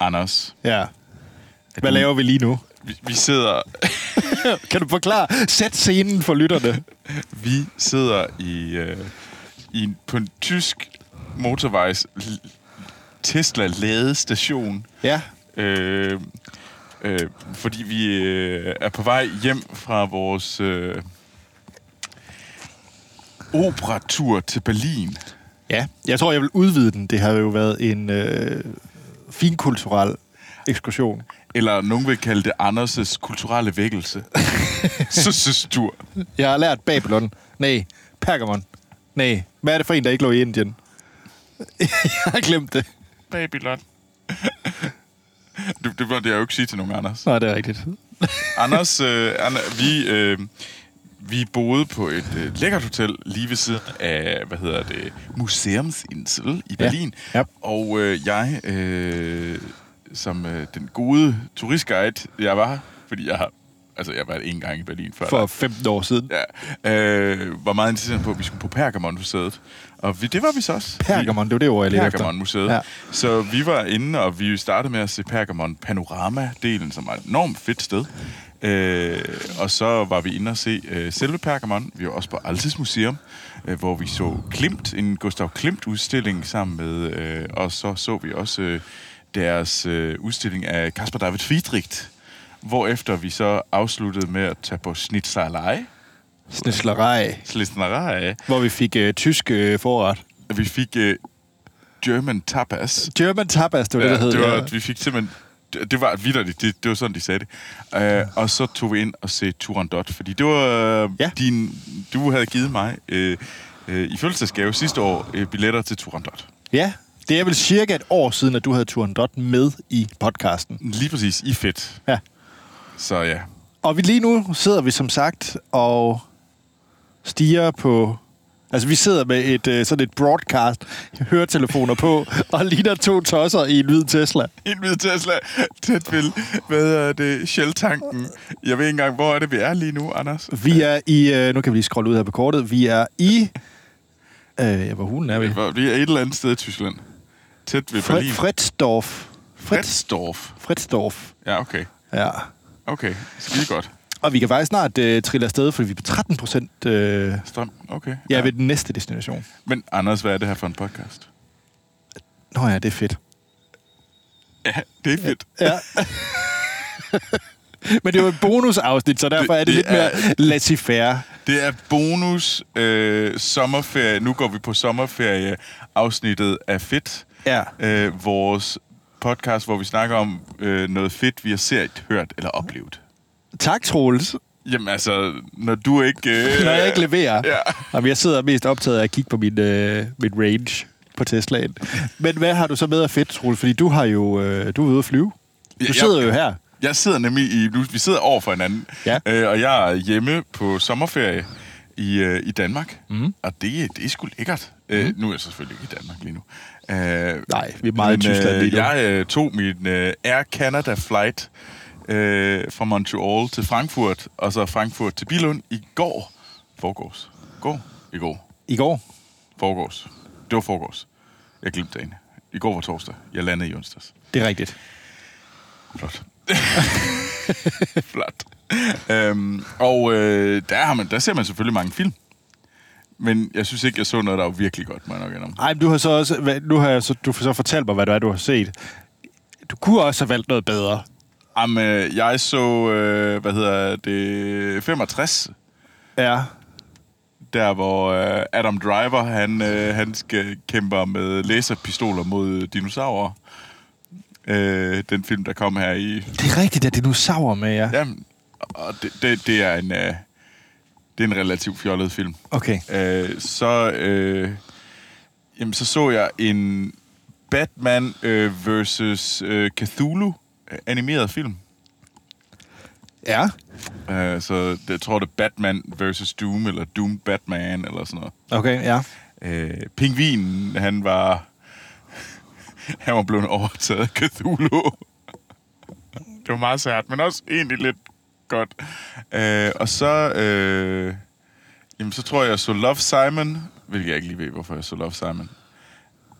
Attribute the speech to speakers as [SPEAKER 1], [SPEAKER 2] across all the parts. [SPEAKER 1] Anders.
[SPEAKER 2] Ja. Hvad laver vi lige nu?
[SPEAKER 1] Vi, vi sidder
[SPEAKER 2] Kan du forklare? Sæt scenen for lytterne.
[SPEAKER 1] vi sidder i, øh, i en, på en tysk motorvejs l- Tesla ladestation.
[SPEAKER 2] Ja.
[SPEAKER 1] Øh, øh, fordi vi øh, er på vej hjem fra vores øh, operatur til Berlin.
[SPEAKER 2] Ja. Jeg tror, jeg vil udvide den. Det har jo været en øh, finkulturel ekskursion.
[SPEAKER 1] Eller nogen vil kalde det Anders' kulturelle vækkelse. Så synes du.
[SPEAKER 2] Jeg har lært Babylon. Nej. Pergamon. Nej. Hvad er det for en, der ikke lå i Indien? jeg har glemt det.
[SPEAKER 1] Babylon. Du, det måtte jeg jo ikke sige til nogen, Anders.
[SPEAKER 2] Nej, det er rigtigt.
[SPEAKER 1] Anders, øh, Anna, vi, øh, vi boede på et øh, lækkert hotel lige ved siden af, hvad hedder det, Museumsinsel i
[SPEAKER 2] Ja.
[SPEAKER 1] Berlin.
[SPEAKER 2] Ja.
[SPEAKER 1] Og øh, jeg, øh, som øh, den gode turistguide, jeg var, fordi jeg har, altså jeg har været en gang i Berlin før.
[SPEAKER 2] For 15 år siden.
[SPEAKER 1] Ja, øh, var meget interesseret på, at vi skulle på Pergamon-museet. Og vi, det var vi så også.
[SPEAKER 2] Pergamon, det var det ord, jeg
[SPEAKER 1] Vi-
[SPEAKER 2] ledte efter.
[SPEAKER 1] Pergamon-museet.
[SPEAKER 2] Ja.
[SPEAKER 1] Ja. Så vi var inde, og vi startede med at se Pergamon Panorama-delen, som var et enormt fedt sted. Øh, og så var vi inde og se øh, selve Pergamon. Vi var også på Altes Museum, øh, hvor vi så Klimt, en Gustav Klimt-udstilling sammen med, øh, og så så vi også øh, deres øh, udstilling af Kasper David Friedrich, hvorefter vi så afsluttede med at tage på Schnitzlerei.
[SPEAKER 2] Snitslerej.
[SPEAKER 1] Schnitzlerei.
[SPEAKER 2] Hvor vi fik øh, tysk øh, forret.
[SPEAKER 1] Vi fik øh, German Tapas.
[SPEAKER 2] German tapas, det var ja, det, der hed.
[SPEAKER 1] det var,
[SPEAKER 2] ja.
[SPEAKER 1] at vi fik simpelthen... Det det var vildt, det, det var sådan, de sagde det. Uh, og så tog vi ind og se Turandot, fordi det var uh,
[SPEAKER 2] Ja.
[SPEAKER 1] ja. din... Du havde givet mig uh, uh, i fødselsdagsgave sidste år uh, billetter til Turandot.
[SPEAKER 2] Ja, det er vel cirka et år siden, at du havde turen dot med i podcasten.
[SPEAKER 1] Lige præcis, i fedt.
[SPEAKER 2] Ja.
[SPEAKER 1] Så ja,
[SPEAKER 2] Og vi lige nu sidder vi som sagt og stiger på... Altså, vi sidder med et øh, sådan et broadcast, høretelefoner på, og ligner to tosser i en hvid Tesla.
[SPEAKER 1] en hvid Tesla tæt ved, hvad er det, Shell-tanken. Jeg ved ikke engang, hvor er det, vi er lige nu, Anders?
[SPEAKER 2] Vi er i... Øh, nu kan vi lige scrolle ud her på kortet. Vi er i... Øh, hvor hulen er vi?
[SPEAKER 1] Hvor- Vi er et eller andet sted i Tyskland. Tæt ved Berlin.
[SPEAKER 2] Fre- Fritzdorf. Fritz,
[SPEAKER 1] Fritzdorf.
[SPEAKER 2] Fritzdorf.
[SPEAKER 1] Ja, okay.
[SPEAKER 2] Ja.
[SPEAKER 1] Okay, skide godt.
[SPEAKER 2] Og vi kan faktisk snart øh, trille afsted, fordi vi er på 13 procent øh,
[SPEAKER 1] Strøm, okay.
[SPEAKER 2] ja, ved den næste destination.
[SPEAKER 1] Men Anders, hvad er det her for en podcast?
[SPEAKER 2] Nå ja, det er fedt.
[SPEAKER 1] Ja, det er fedt.
[SPEAKER 2] Ja. Men det er jo et bonusafsnit, så derfor
[SPEAKER 1] Det-
[SPEAKER 2] er det,
[SPEAKER 1] det
[SPEAKER 2] lidt mere laissez-faire.
[SPEAKER 1] Det er bonus øh, sommerferie. Nu går vi på sommerferie afsnittet af Fedt.
[SPEAKER 2] Ja.
[SPEAKER 1] Øh, vores podcast, hvor vi snakker om øh, noget fedt, vi har set, hørt eller oplevet.
[SPEAKER 2] Tak, Troels,
[SPEAKER 1] Jamen altså, når du ikke... Øh,
[SPEAKER 2] når jeg ikke leverer.
[SPEAKER 1] Ja.
[SPEAKER 2] Jamen, jeg sidder mest optaget af at kigge på min, øh, min range på Teslaen. Men hvad har du så med af fedt, Troels? Fordi du har jo øh, du er ude at flyve. Du
[SPEAKER 1] Ja,
[SPEAKER 2] sidder
[SPEAKER 1] jeg-
[SPEAKER 2] jo her.
[SPEAKER 1] Jeg sidder nemlig i... Nu, vi sidder over for hinanden,
[SPEAKER 2] Ja.
[SPEAKER 1] øh, og jeg er hjemme på sommerferie i, øh, i Danmark.
[SPEAKER 2] Mhm.
[SPEAKER 1] Mm. Og det, det er sgu lækkert. Øh, nu er jeg selvfølgelig ikke i Danmark lige nu. Øh,
[SPEAKER 2] Nej, vi er meget i Tyskland lige
[SPEAKER 1] øh,
[SPEAKER 2] nu.
[SPEAKER 1] Jeg øh, tog min øh, Air Canada flight øh, fra Montreal til Frankfurt, og så Frankfurt til Bilund i går. Forgårs. Går? I går.
[SPEAKER 2] I går.
[SPEAKER 1] Forgårs. Det var forgårs. Jeg glemte dagen. I går var torsdag. Jeg landede i onsdags.
[SPEAKER 2] Det er rigtigt.
[SPEAKER 1] Flot. Flot. Øhm, og øh, der, har man, der ser man selvfølgelig mange film. Men jeg synes ikke, jeg så noget, der var virkelig godt, må jeg nok indrømme.
[SPEAKER 2] Ej, men du har så også, hvad- nu har jeg så, du har så fortalt mig, hvad det er, du har set. Du kunne også have valgt noget bedre.
[SPEAKER 1] Jamen, øh, jeg så, øh, hvad hedder det, 65,
[SPEAKER 2] Ja.
[SPEAKER 1] der hvor øh, Adam Driver, han, øh, han skal kæmper med laserpistoler mod dinosaurer. Øh, den film, der kom her i
[SPEAKER 2] Det er rigtigt, at det nu sauer med jer. Ja.
[SPEAKER 1] Jamen, og det, det, det er en øh, det er en relativt fjollet film.
[SPEAKER 2] Okay.
[SPEAKER 1] Øh, så øh, jamen, så så jeg en Batman øh, versus øh, Cthulhu øh, animeret film.
[SPEAKER 2] Ja.
[SPEAKER 1] Øh, så det, jeg tror det er Batman versus Doom eller Doom Batman eller sådan noget.
[SPEAKER 2] Okay, ja.
[SPEAKER 1] Øh, pingvinen, han var han var blevet overtaget af Cthulhu. det var meget sært, men også egentlig lidt godt. Øh, og så, øh, jamen, så tror jeg, jeg så Love Simon, hvilket jeg ikke lige ved, hvorfor jeg så Love Simon.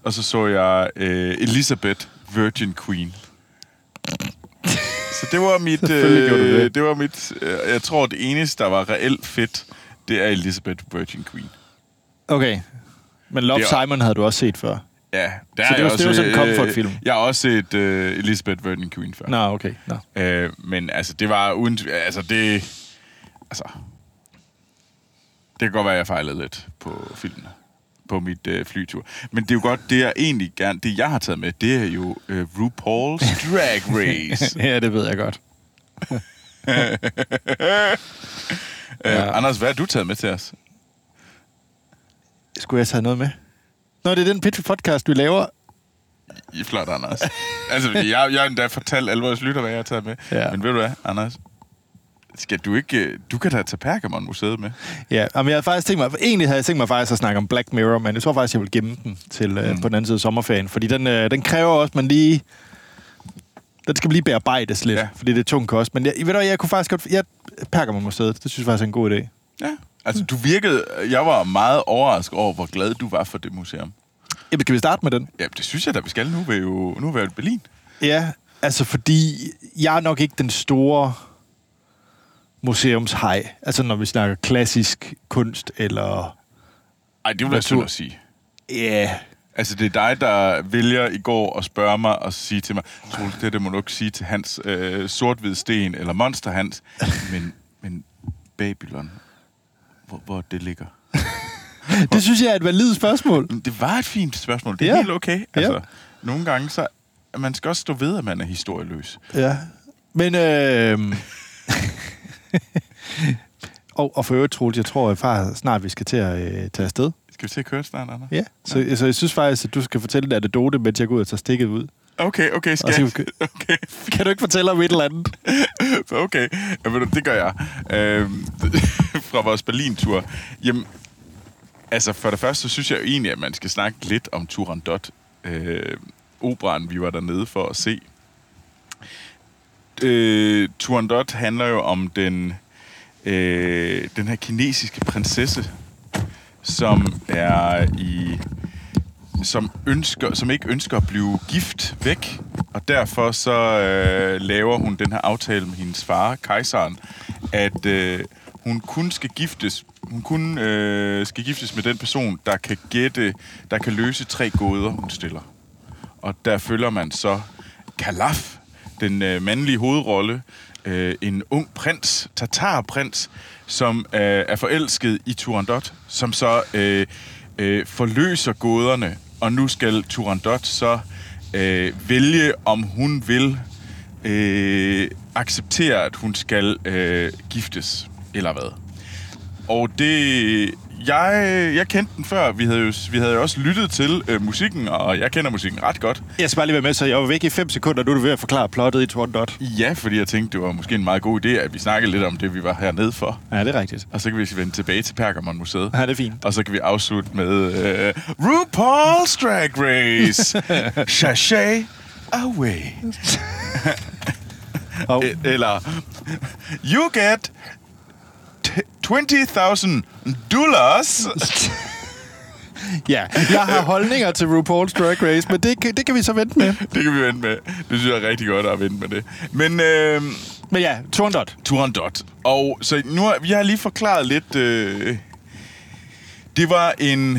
[SPEAKER 1] Og så så jeg øh, Elizabeth, Virgin Queen. Så det var mit...
[SPEAKER 2] Selvfølgelig gjorde du
[SPEAKER 1] øh,
[SPEAKER 2] det.
[SPEAKER 1] det var mit... Øh, jeg tror, det eneste, der var reelt fedt, det er Elizabeth Virgin Queen.
[SPEAKER 2] Okay. Men Love
[SPEAKER 1] Det er-
[SPEAKER 2] Simon havde du også set før.
[SPEAKER 1] Ja, der
[SPEAKER 2] Så
[SPEAKER 1] er
[SPEAKER 2] det var-
[SPEAKER 1] jeg også,
[SPEAKER 2] det var sådan en
[SPEAKER 1] øh,
[SPEAKER 2] comfort-film.
[SPEAKER 1] Jeg har også set øh, Elizabeth Virgin Queen før.
[SPEAKER 2] Nå, okay. Nå.
[SPEAKER 1] Øh, men altså, det var uden... tv- Altså, det... Altså... Det kan godt være, at jeg fejlede lidt på filmen på mit øh, flytur. Men det er jo godt, det jeg egentlig gerne, det jeg har taget med, det er jo øh, RuPaul's Drag Race.
[SPEAKER 2] ja, det ved jeg godt.
[SPEAKER 1] øh, Anders, hvad har du taget med til os?
[SPEAKER 2] Skulle jeg tage noget med? Nå, det er den pitch podcast, vi laver.
[SPEAKER 1] I er flot, Anders. altså, fordi jeg, jeg har endda fortalt alle vores lytter, hvad jeg har taget med.
[SPEAKER 2] Ja.
[SPEAKER 1] Men ved du hvad, Anders? Skal du ikke... øh, Du kan da tage Pergamon-museet med.
[SPEAKER 2] Ja, men jeg havde faktisk tænkt mig, egentlig havde jeg tænkt mig faktisk at snakke om Black Mirror, men jeg tror faktisk, jeg vil gemme den til mm. øh, på den anden side af sommerferien, fordi den, øh, den kræver også, at man lige... Den skal lige bearbejdes lidt,
[SPEAKER 1] Ja.
[SPEAKER 2] ja. fordi det er tung kost. Men jeg, ved du, hvad, jeg kunne faktisk godt... Jeg pakker mig museet. Det synes jeg faktisk er en god idé.
[SPEAKER 1] Ja. Altså, du virkede... Jeg var meget overrasket over, hvor glad du var for det museum.
[SPEAKER 2] Jamen, skal vi starte med den?
[SPEAKER 1] Ja, det synes jeg da, vi skal. Nu er vi jo nu er vi jo i Berlin.
[SPEAKER 2] Ja, altså fordi jeg er nok ikke den store museumshej. Altså når vi snakker klassisk kunst eller...
[SPEAKER 1] Ej, det vil
[SPEAKER 2] Natur.
[SPEAKER 1] jeg synd at sige.
[SPEAKER 2] Ja, yeah.
[SPEAKER 1] Altså, det er dig, der vælger i går at spørge mig og sige til mig, Troels, det, det må du ikke sige til Hans øh, sort sten eller Monster Hans, men, men Babylon, hvor, hvor det ligger.
[SPEAKER 2] det synes jeg er et validt spørgsmål.
[SPEAKER 1] Men Det var et fint spørgsmål. Det er
[SPEAKER 2] Ja.
[SPEAKER 1] ja. helt okay. Altså,
[SPEAKER 2] Ja.
[SPEAKER 1] Nogle gange, så man skal også stå ved, at man er historieløs.
[SPEAKER 2] Ja. Men øh... og, og for øvrigt, Troels, jeg tror at far, snart vi skal til at øh, tage afsted.
[SPEAKER 1] Skal vi til at køre snart, Anna?
[SPEAKER 2] Ja. Så, så jeg synes faktisk, at du skal fortælle en anekdote, mens jeg går ud og tager stikket ud.
[SPEAKER 1] Okay, okay, skal
[SPEAKER 2] Og
[SPEAKER 1] jeg?
[SPEAKER 2] så-
[SPEAKER 1] Okay,
[SPEAKER 2] Kan du ikke fortælle om et eller andet?
[SPEAKER 1] Så okay. Ja, ved du, det gør jeg. Øhm, fra vores Berlin-tur. Jamen, altså for det første, så synes jeg jo egentlig, at man skal snakke lidt om Turandot. Øh, operan, vi var dernede for at se. Øh, Turandot handler jo om den, øh, den her kinesiske prinsesse, som er i som, ønsker, som ikke ønsker at blive gift væk, og derfor så øh, laver hun den her aftale med hendes far, kejseren, at øh, hun kun skal giftes, hun kun øh, skal giftes med den person, der kan gætte, der kan løse tre gåder, hun stiller. Og der følger man så Kalaf, den øh, mandlige hovedrolle, øh, en ung prins, tatarprins, som øh, er forelsket i Turandot, som så øh, øh, forløser gåderne, og nu skal Turandot så øh, vælge, om hun vil øh, acceptere, at hun skal øh, giftes, eller hvad. Og det... Jeg, jeg kendte den før. Vi havde jo, vi havde jo også lyttet til øh, musikken, og jeg kender musikken ret godt.
[SPEAKER 2] Jeg skal bare lige være med, så jeg var væk i 5 sekunder, nu er du ved at forklare plottet i Torndot.
[SPEAKER 1] Ja, fordi jeg tænkte, det var måske en meget god idé, at vi snakkede lidt om det, vi var hernede for.
[SPEAKER 2] Ja, det er rigtigt.
[SPEAKER 1] Og så kan vi altså vende tilbage til Pergamon-museet.
[SPEAKER 2] Ja, det er fint.
[SPEAKER 1] Og så kan vi afslutte med øh, RuPaul's Drag Race. Sashay away.
[SPEAKER 2] Og,
[SPEAKER 1] E- Eller You get t- 20.000 dollars.
[SPEAKER 2] ja, jeg har holdninger til RuPaul's Drag Race, men det, kan- det kan vi så vente med.
[SPEAKER 1] Det kan vi vente med. Det synes jeg er rigtig godt at vente med det. Men øh,
[SPEAKER 2] Men ja, Torndot.
[SPEAKER 1] Turandot. Og så nu har vi har lige forklaret lidt... Øh, det var en...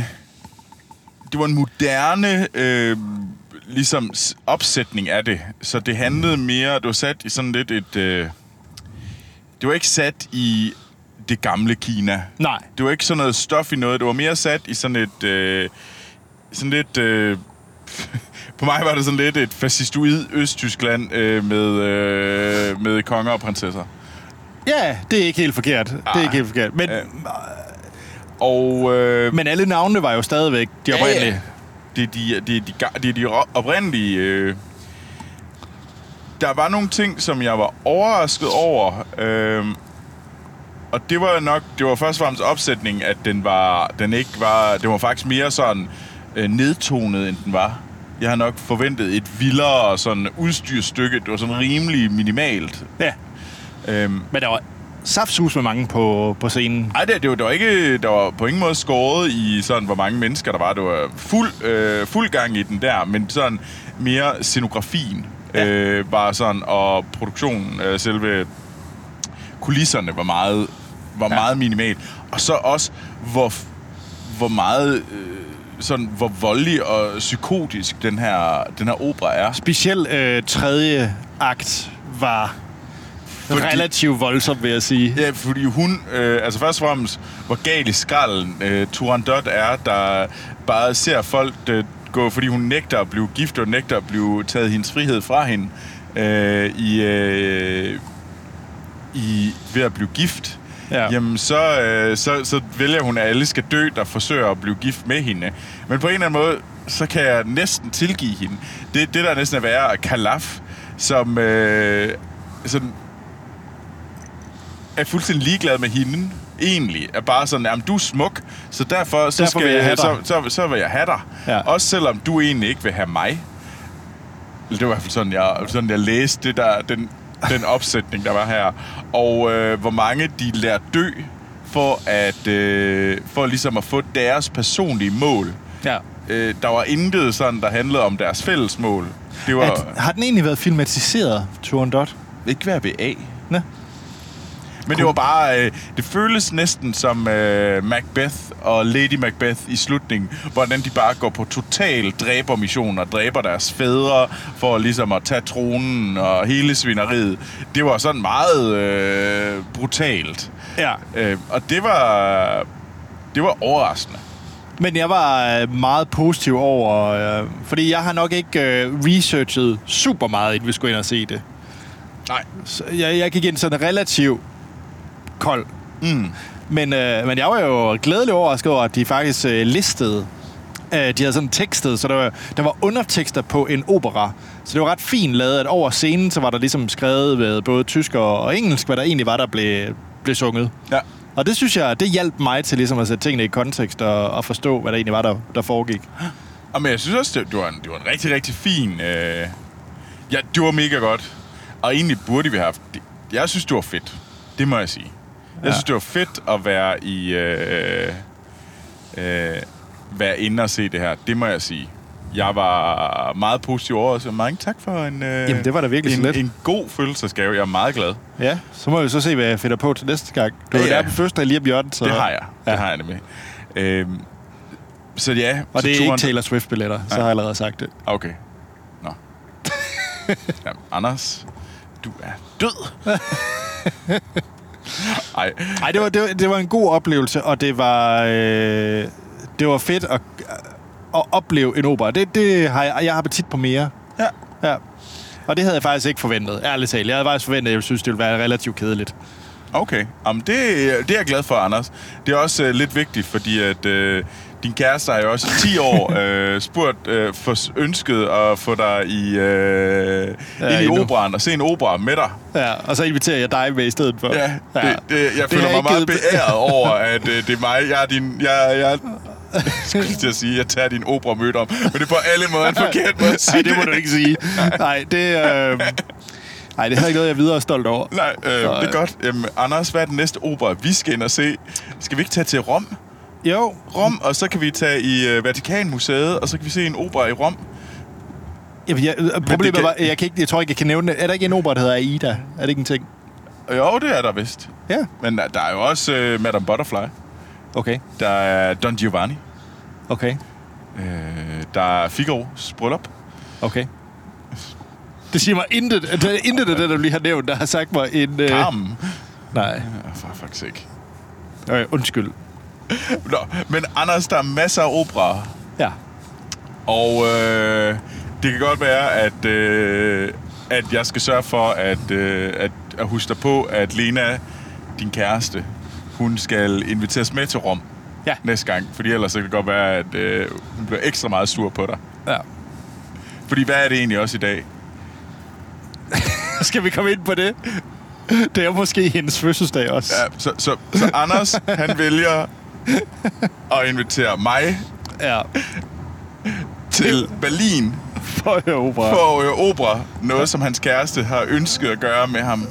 [SPEAKER 1] Det var en moderne øh, ligesom s- opsætning af det. Så det handlede mere... Det var sat i sådan lidt et... Øh, det var ikke sat i det gamle Kina.
[SPEAKER 2] Nej.
[SPEAKER 1] Det var ikke sådan noget stof i noget. Det var mere sat i sådan et... Øh, sådan lidt... Øh, på mig var det sådan lidt et fascistoid Østtyskland øh, med, øh, med konger og prinsesser.
[SPEAKER 2] Ja, det er ikke helt forkert. Det er ikke helt forkert. Men,
[SPEAKER 1] Øh, Og... Øh,
[SPEAKER 2] men alle navnene var jo stadigvæk de oprindelige.
[SPEAKER 1] Det er de, det er de, ga- det er de ro- oprindelige... Øh, der var nogle ting, som jeg var overrasket over. Øh, og det var nok... Det var først og fremmest opsætningen, at den var... Den ikke var... Det var faktisk mere sådan øh, nedtonet, end den var. Jeg har nok forventet et vildere sådan udstyrsstykke. Det var sådan rimelig minimalt.
[SPEAKER 2] Ja,
[SPEAKER 1] Øhm,
[SPEAKER 2] men der var saftsus med mange på, på scenen.
[SPEAKER 1] Ej, det, det, var, det var ikke, der var på ingen måde skåret i sådan, hvor mange mennesker der var. Det var fuld, øh, fuld gang i den der, men sådan mere scenografien. ja. øh, var sådan, og produktionen, øh, selve kulisserne var meget, var ja. meget minimal. Og så også, hvor, hvor meget... Øh, sådan, hvor voldelig og psykotisk den her, den her opera er.
[SPEAKER 2] Specielt øh, tredje akt var
[SPEAKER 1] Fordi-
[SPEAKER 2] relativt voldsom, vil jeg sige.
[SPEAKER 1] Ja, fordi hun, øh, altså først og fremmest, hvor gal i skralden øh, Turandot er, der bare ser folk øh, gå, fordi hun nægter at blive gift og nægter at blive taget hendes frihed fra hende øh, i, øh, i, ved at blive gift.
[SPEAKER 2] Ja.
[SPEAKER 1] Ja. Jamen, så, øh, så, så vælger hun, at alle skal dø, der forsøger at blive gift med hende. Men på en eller anden måde, så kan jeg næsten tilgive hende. Det, det der næsten er værre, er Kalaf, som øh, sådan er fuldstændig ligeglad med hende, egentlig, er bare sådan, jamen du er smuk, så derfor, så,
[SPEAKER 2] Derfor
[SPEAKER 1] skal,
[SPEAKER 2] vil jeg have
[SPEAKER 1] så,
[SPEAKER 2] dig."
[SPEAKER 1] så, så vil jeg have dig.
[SPEAKER 2] Ja.
[SPEAKER 1] Også selvom du egentlig ikke vil have mig. Eller Det var i hvert fald sådan, jeg, sådan, jeg læste det der, den, den opsætning, der var her. Og øh, hvor mange de lærer dø, for at øh, for ligesom at få deres personlige mål.
[SPEAKER 2] Ja.
[SPEAKER 1] Øh, der var intet sådan, der handlede om deres fælles mål. Det var
[SPEAKER 2] At, har den egentlig været filmatiseret, Turandot?
[SPEAKER 1] ikke være ved A.
[SPEAKER 2] Nå?
[SPEAKER 1] Men det var bare, øh, det føles næsten som øh, Macbeth og Lady Macbeth i slutningen, hvordan de bare går på total dræbermission og dræber deres fædre for ligesom at tage tronen og hele svineriet. Det var sådan meget øh, brutalt.
[SPEAKER 2] Ja.
[SPEAKER 1] Øh, og det var, det var overraskende.
[SPEAKER 2] Men jeg var øh, meget positiv over, øh, fordi jeg har nok ikke øh, researchet super meget, inden vi skulle ind og se det.
[SPEAKER 1] Nej.
[SPEAKER 2] Så jeg, jeg gik ind sådan relativt kold.
[SPEAKER 1] Mm.
[SPEAKER 2] Men, øh, men jeg var jo glædelig overrasket over, at de faktisk øh, listede. Øh, de havde sådan tekstet, så der var, der var undertekster på en opera. Så det var ret fint lavet, at over scenen, så var der ligesom skrevet med både tysk og, og engelsk, hvad der egentlig var, der blev, blev sunget.
[SPEAKER 1] Ja.
[SPEAKER 2] Og det synes jeg, det hjalp mig til ligesom at sætte tingene i kontekst og, og forstå, hvad der egentlig var, der, der foregik.
[SPEAKER 1] Og men jeg synes også, det, det, var, en, det var en rigtig, rigtig fin... Øh, ja, det var mega godt. Og egentlig burde vi have haft... Det. Jeg synes, det var fedt. Det må jeg sige. Jeg
[SPEAKER 2] Ja.
[SPEAKER 1] synes, det var fedt at være i... Øh, øh, være inde og se det her. Det må jeg sige. Jeg var meget positiv over, så mange tak for en... Øh,
[SPEAKER 2] Jamen, det var da virkelig så
[SPEAKER 1] en,
[SPEAKER 2] let.
[SPEAKER 1] en god følelsesgave. Jeg er meget glad.
[SPEAKER 2] Ja, så må vi så se, hvad jeg finder på til næste gang. Du
[SPEAKER 1] Ja,
[SPEAKER 2] er
[SPEAKER 1] ja.
[SPEAKER 2] der den første der er lige om hjørnet, så...
[SPEAKER 1] Det har jeg.
[SPEAKER 2] Ja.
[SPEAKER 1] Det har jeg nemlig. Øh, så ja...
[SPEAKER 2] Og
[SPEAKER 1] så
[SPEAKER 2] det er ikke
[SPEAKER 1] turen-
[SPEAKER 2] Taylor Swift-billetter, så har jeg allerede sagt det.
[SPEAKER 1] Ah, Okay. Nå. Jamen, Anders, du er død. Ej.
[SPEAKER 2] Nej, det var, det, var, det var en god oplevelse, og det var, øh, det var fedt at, at opleve en opera. Det, det har jeg, jeg har appetit på mere.
[SPEAKER 1] Ja.
[SPEAKER 2] Ja. Og det havde jeg faktisk ikke forventet, ærligt talt. Jeg havde faktisk forventet, at jeg synes, det ville være relativt kedeligt.
[SPEAKER 1] Okay. Jamen, det, det er jeg glad for, Anders. Det er også øh, lidt vigtigt, fordi at, øh, din kæreste har jo også i 10 år øh, spurgt, øh, for, ønsket at få dig i, øh,
[SPEAKER 2] Ja,
[SPEAKER 1] ind i
[SPEAKER 2] endnu.
[SPEAKER 1] operan og se en opera med dig.
[SPEAKER 2] Ja, og så inviterer jeg dig med i stedet for.
[SPEAKER 1] Ja, det, det, jeg det
[SPEAKER 2] har
[SPEAKER 1] føler mig
[SPEAKER 2] ikke
[SPEAKER 1] meget
[SPEAKER 2] givet-
[SPEAKER 1] beæret over, at øh, det er mig. Jeg er din... Jeg, jeg, skulle lige til at sige, jeg tager din opera mødt om. Men det er på alle måder en forkert måde at sige
[SPEAKER 2] Nej, det må du ikke sige. Nej, det, øh, nej, det havde ikke noget, jeg er videre stolt over.
[SPEAKER 1] Nej, øh, det
[SPEAKER 2] øh.
[SPEAKER 1] er godt. Jamen, Anders, hvad er den næste opera, vi skal ind og se? Skal vi ikke tage til Rom?
[SPEAKER 2] Jo,
[SPEAKER 1] Rom, og så kan vi tage i øh, Vatikanmuseet, og så kan vi se en opera i Rom.
[SPEAKER 2] jeg, jeg, problemet
[SPEAKER 1] kan-
[SPEAKER 2] var, jeg, kan ikke, jeg tror ikke, jeg kan nævne det. Er der ikke en opera, der hedder Aida? Er det ikke en ting?
[SPEAKER 1] Jo, det er der vist.
[SPEAKER 2] Ja,
[SPEAKER 1] Men der, der er jo også øh, Madame Butterfly.
[SPEAKER 2] okay.
[SPEAKER 1] Der er Don Giovanni.
[SPEAKER 2] Okay.
[SPEAKER 1] Øh, der er Figaro's bryllup.
[SPEAKER 2] Okay. Det siger mig intet. Der er intet af det, der lige har nævnt, der har sagt mig en... Øh...
[SPEAKER 1] Carmen.
[SPEAKER 2] Nej.
[SPEAKER 1] Ja, for faktisk ikke.
[SPEAKER 2] Øh, undskyld.
[SPEAKER 1] Nå, men Anders, der er masser af operaer.
[SPEAKER 2] Ja.
[SPEAKER 1] Og øh, det kan godt være, at, øh, at jeg skal sørge for at, øh, at, at huske dig på, at Lena, din kæreste, hun skal inviteres med til Rom
[SPEAKER 2] Ja.
[SPEAKER 1] næste gang. Fordi ellers så kan det godt være, at øh, hun bliver ekstra meget sur på dig.
[SPEAKER 2] ja.
[SPEAKER 1] Fordi hvad er det egentlig også i dag?
[SPEAKER 2] Skal vi komme ind på det? Det er måske hendes fødselsdag også.
[SPEAKER 1] Ja, så, så, så Anders, han vælger at invitere mig
[SPEAKER 2] ja.
[SPEAKER 1] til Berlin
[SPEAKER 2] For at høre opera.
[SPEAKER 1] på øh, opera. Noget, som hans kæreste har ønsket at gøre med ham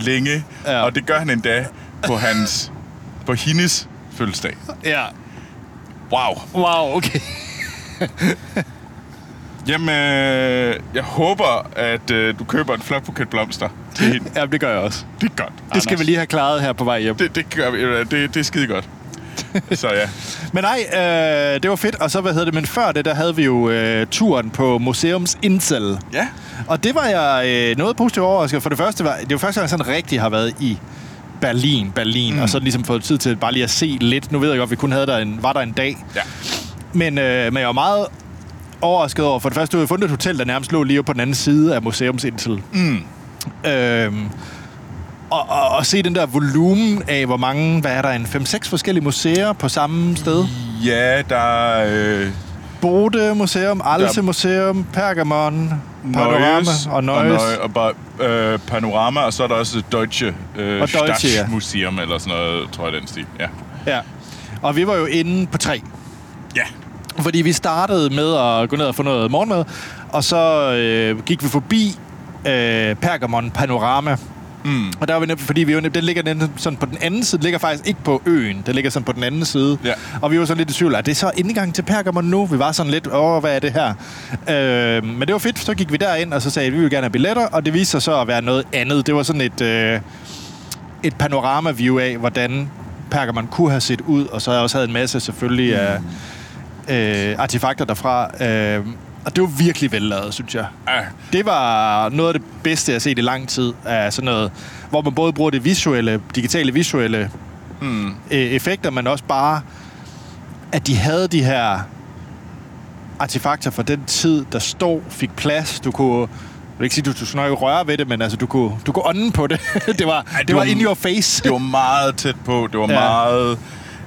[SPEAKER 1] længe.
[SPEAKER 2] Ja.
[SPEAKER 1] Ja. Og det gør han endda på, hans, på hendes fødselsdag.
[SPEAKER 2] Ja.
[SPEAKER 1] Wow.
[SPEAKER 2] Wow, okay.
[SPEAKER 1] Jamen, øh, jeg håber, at øh, du køber en flotbuket blomster til hende.
[SPEAKER 2] Ja, det gør jeg også.
[SPEAKER 1] Det er godt.
[SPEAKER 2] Det skal vi lige have klaret her på vej hjem.
[SPEAKER 1] Det, det, gør vi. Øh, det, det er skide godt. Så ja.
[SPEAKER 2] Men nej, øh, det var fedt. Og så, hvad hedder det, men før det, der havde vi jo øh, turen på Museums Incel.
[SPEAKER 1] Ja.
[SPEAKER 2] Og det var jeg øh, noget positivt overrasket. For det første var, det var første gang, jeg sådan rigtig har været i Berlin, Berlin, mm. og så ligesom fået tid til bare lige at se lidt. Nu ved jeg godt, vi kun havde der en, var der en dag.
[SPEAKER 1] Ja.
[SPEAKER 2] Men, øh, men jeg var meget overrasket over, for det første, du havde fundet et hotel, der nærmest lå lige på den anden side af museumsindsel. Mm. Øhm, og, og, og se den der volumen af, hvor mange, hvad er der, en 5-6 forskellige museer på samme sted.
[SPEAKER 1] Ja, der er øh,
[SPEAKER 2] Bode Museum, Alse
[SPEAKER 1] Der-
[SPEAKER 2] Museum, Pergamon, Panorama
[SPEAKER 1] Neues
[SPEAKER 2] og Nøjes.
[SPEAKER 1] Og, Neu- og bare, øh, Panorama, og så er der også Deutsche, øh,
[SPEAKER 2] Og Deutsche, ja.
[SPEAKER 1] Museum, eller sådan noget, tror jeg, den stil. Ja.
[SPEAKER 2] Ja. Og vi var jo inde på tre.
[SPEAKER 1] Ja.
[SPEAKER 2] Fordi vi startede med at gå ned og få noget morgenmad, og så øh, gik vi forbi øh, Pergamon Panorama. Mm. Og der var vi nem, fordi vi jo nem, den ligger nemlig sådan på den anden side, den ligger faktisk ikke på øen, den ligger sådan på den anden side.
[SPEAKER 1] Ja.
[SPEAKER 2] Og vi var sådan lidt i tvivl, er det så indgang til Pergamon nu? Vi var sådan lidt, åh, hvad er det her? Øh, men det var fedt, så gik vi derind, og så sagde vi, vi vil gerne have billetter, og det viste sig så at være noget andet. Det var sådan et... Øh, et panorama-view af, hvordan Pergamon kunne have set ud, og så har jeg også havde en masse selvfølgelig af øh, artefakter derfra. Øh, og det var virkelig vellavet, synes jeg.
[SPEAKER 1] Ah,
[SPEAKER 2] Det var noget af det bedste, jeg har set i lang tid, af sådan noget, hvor man både bruger det visuelle, digitale visuelle
[SPEAKER 1] mm,
[SPEAKER 2] øh, effekter, men også bare, at de havde de her artefakter fra den tid, der stod, fik plads, du kunne jeg vil ikke sige, du, du skulle nok ikke røre ved det, men altså, du kunne, du kunne ånde på det. det var, det,
[SPEAKER 1] det
[SPEAKER 2] var,
[SPEAKER 1] var-
[SPEAKER 2] in your face.
[SPEAKER 1] det var meget tæt på. Det var
[SPEAKER 2] Ja.
[SPEAKER 1] ja. meget...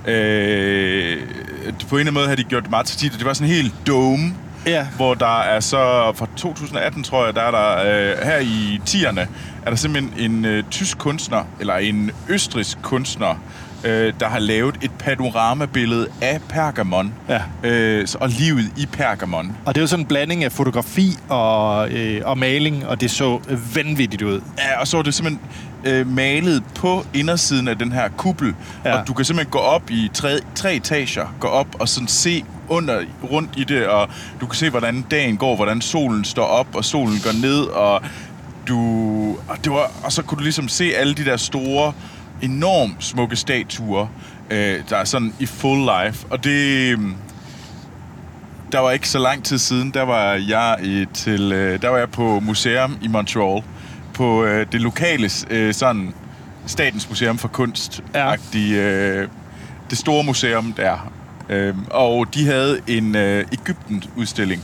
[SPEAKER 1] Øh, på en eller anden måde havde de gjort det meget til Det var sådan en helt dome
[SPEAKER 2] Ja.
[SPEAKER 1] hvor der er så fra 2018, tror jeg, der er der øh, her i tierne, er der simpelthen en øh, tysk kunstner, eller en østrisk kunstner, øh, der har lavet et panoramabillede af Pergamon,
[SPEAKER 2] Ja.
[SPEAKER 1] øh, så- og livet i Pergamon.
[SPEAKER 2] Og det er jo sådan en blanding af fotografi og, øh, og maling, og det så vanvittigt ud.
[SPEAKER 1] Ja, og så er det simpelthen øh, malet på indersiden af den her kuppel,
[SPEAKER 2] Ja.
[SPEAKER 1] ja. og du kan simpelthen gå op i tre, tre etager, gå op og sådan se under, rundt i det, og du kan se, hvordan dagen går, hvordan solen står op, og solen går ned, og du... Og, det var, og så kunne du ligesom se alle de der store, enormt smukke statuer, øh, der er sådan i full life, og det... øh, der var ikke så lang tid siden, der var jeg i, til, øh, der var jeg på museum i Montreal på øh, det lokale øh, sådan Statens Museum for Kunst
[SPEAKER 2] Ja.
[SPEAKER 1] øh, det store museum der. Øh, og de havde en øh, Ægypten udstilling.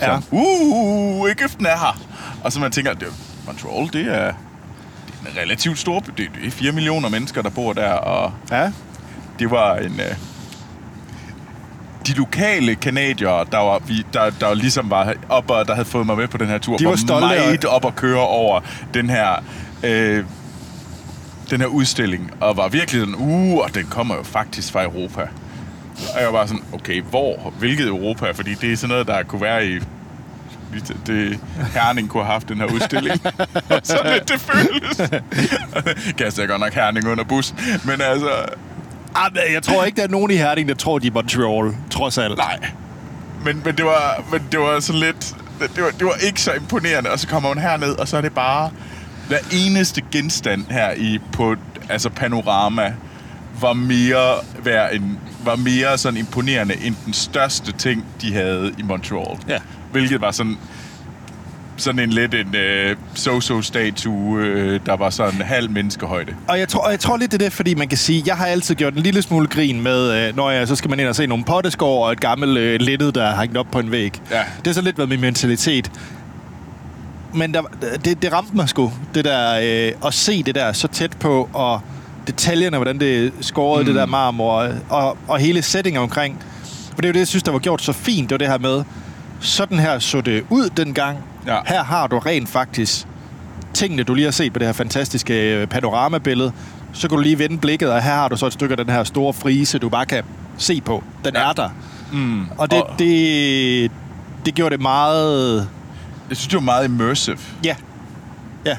[SPEAKER 2] Ja.
[SPEAKER 1] Som, uh, Ægypten er her. Og så man tænker, det, Montreal, det er, det er en relativt stor by. Det, det er 4 millioner mennesker, der bor der, og
[SPEAKER 2] Ja.
[SPEAKER 1] det var en... Øh, de lokale kanadiere, der, var, vi, der, der ligesom var op og der havde fået mig med på den her tur,
[SPEAKER 2] De var stolte og-
[SPEAKER 1] meget op at køre over den her, øh, den her udstilling, og var virkelig sådan, uh, og den kommer jo faktisk fra Europa. Og jeg var bare sådan, okay, hvor? Hvilket Europa? Fordi det er sådan noget, der kunne være i... Det, Herning kunne have haft den her udstilling. Og sådan lidt det føles. Kaster jeg godt nok Herning under bussen. Men altså,
[SPEAKER 2] Ah, men jeg tror ikke, der er nogen i Herning, der tror, de er Montreal, trods alt.
[SPEAKER 1] Nej. Men, men, det var, men det var sådan lidt... Det det var, det var ikke så imponerende. Og så kommer hun herned, og så er det bare... Hver eneste genstand her i på altså panorama var mere, værd end, var mere sådan imponerende end den største ting, de havde i Montreal.
[SPEAKER 2] Ja.
[SPEAKER 1] Hvilket var sådan, sådan en lidt en øh, so-so-statue, øh, der var sådan halv menneskehøjde.
[SPEAKER 2] Og jeg, tror, og jeg tror lidt, det er det, fordi man kan sige, jeg har altid gjort en lille smule grin med, øh, når jeg, så skal man ind og se nogle potteskår og et gammelt øh, lettet, der har hængt op på en væg.
[SPEAKER 1] Ja.
[SPEAKER 2] Det har så lidt været min mentalitet. Men der, det, det ramte mig sgu, det der, øh, at se det der så tæt på, og detaljerne, hvordan det skårede mm. det der marmor, og, og hele settingen omkring. For det er jo det, jeg synes, der var gjort så fint, det var det her med, sådan her så det ud dengang.
[SPEAKER 1] Ja.
[SPEAKER 2] Her har du rent faktisk tingene, du lige har set på det her fantastiske øh, panoramabillede, så kan du lige vende blikket, og her har du så et stykke af den her store frise, du bare kan se på. Den ja.
[SPEAKER 1] Ja.
[SPEAKER 2] er der.
[SPEAKER 1] Mm.
[SPEAKER 2] Og det,
[SPEAKER 1] og
[SPEAKER 2] det, det gjorde det meget...
[SPEAKER 1] jeg synes, det var meget immersive.
[SPEAKER 2] Ja. Ja.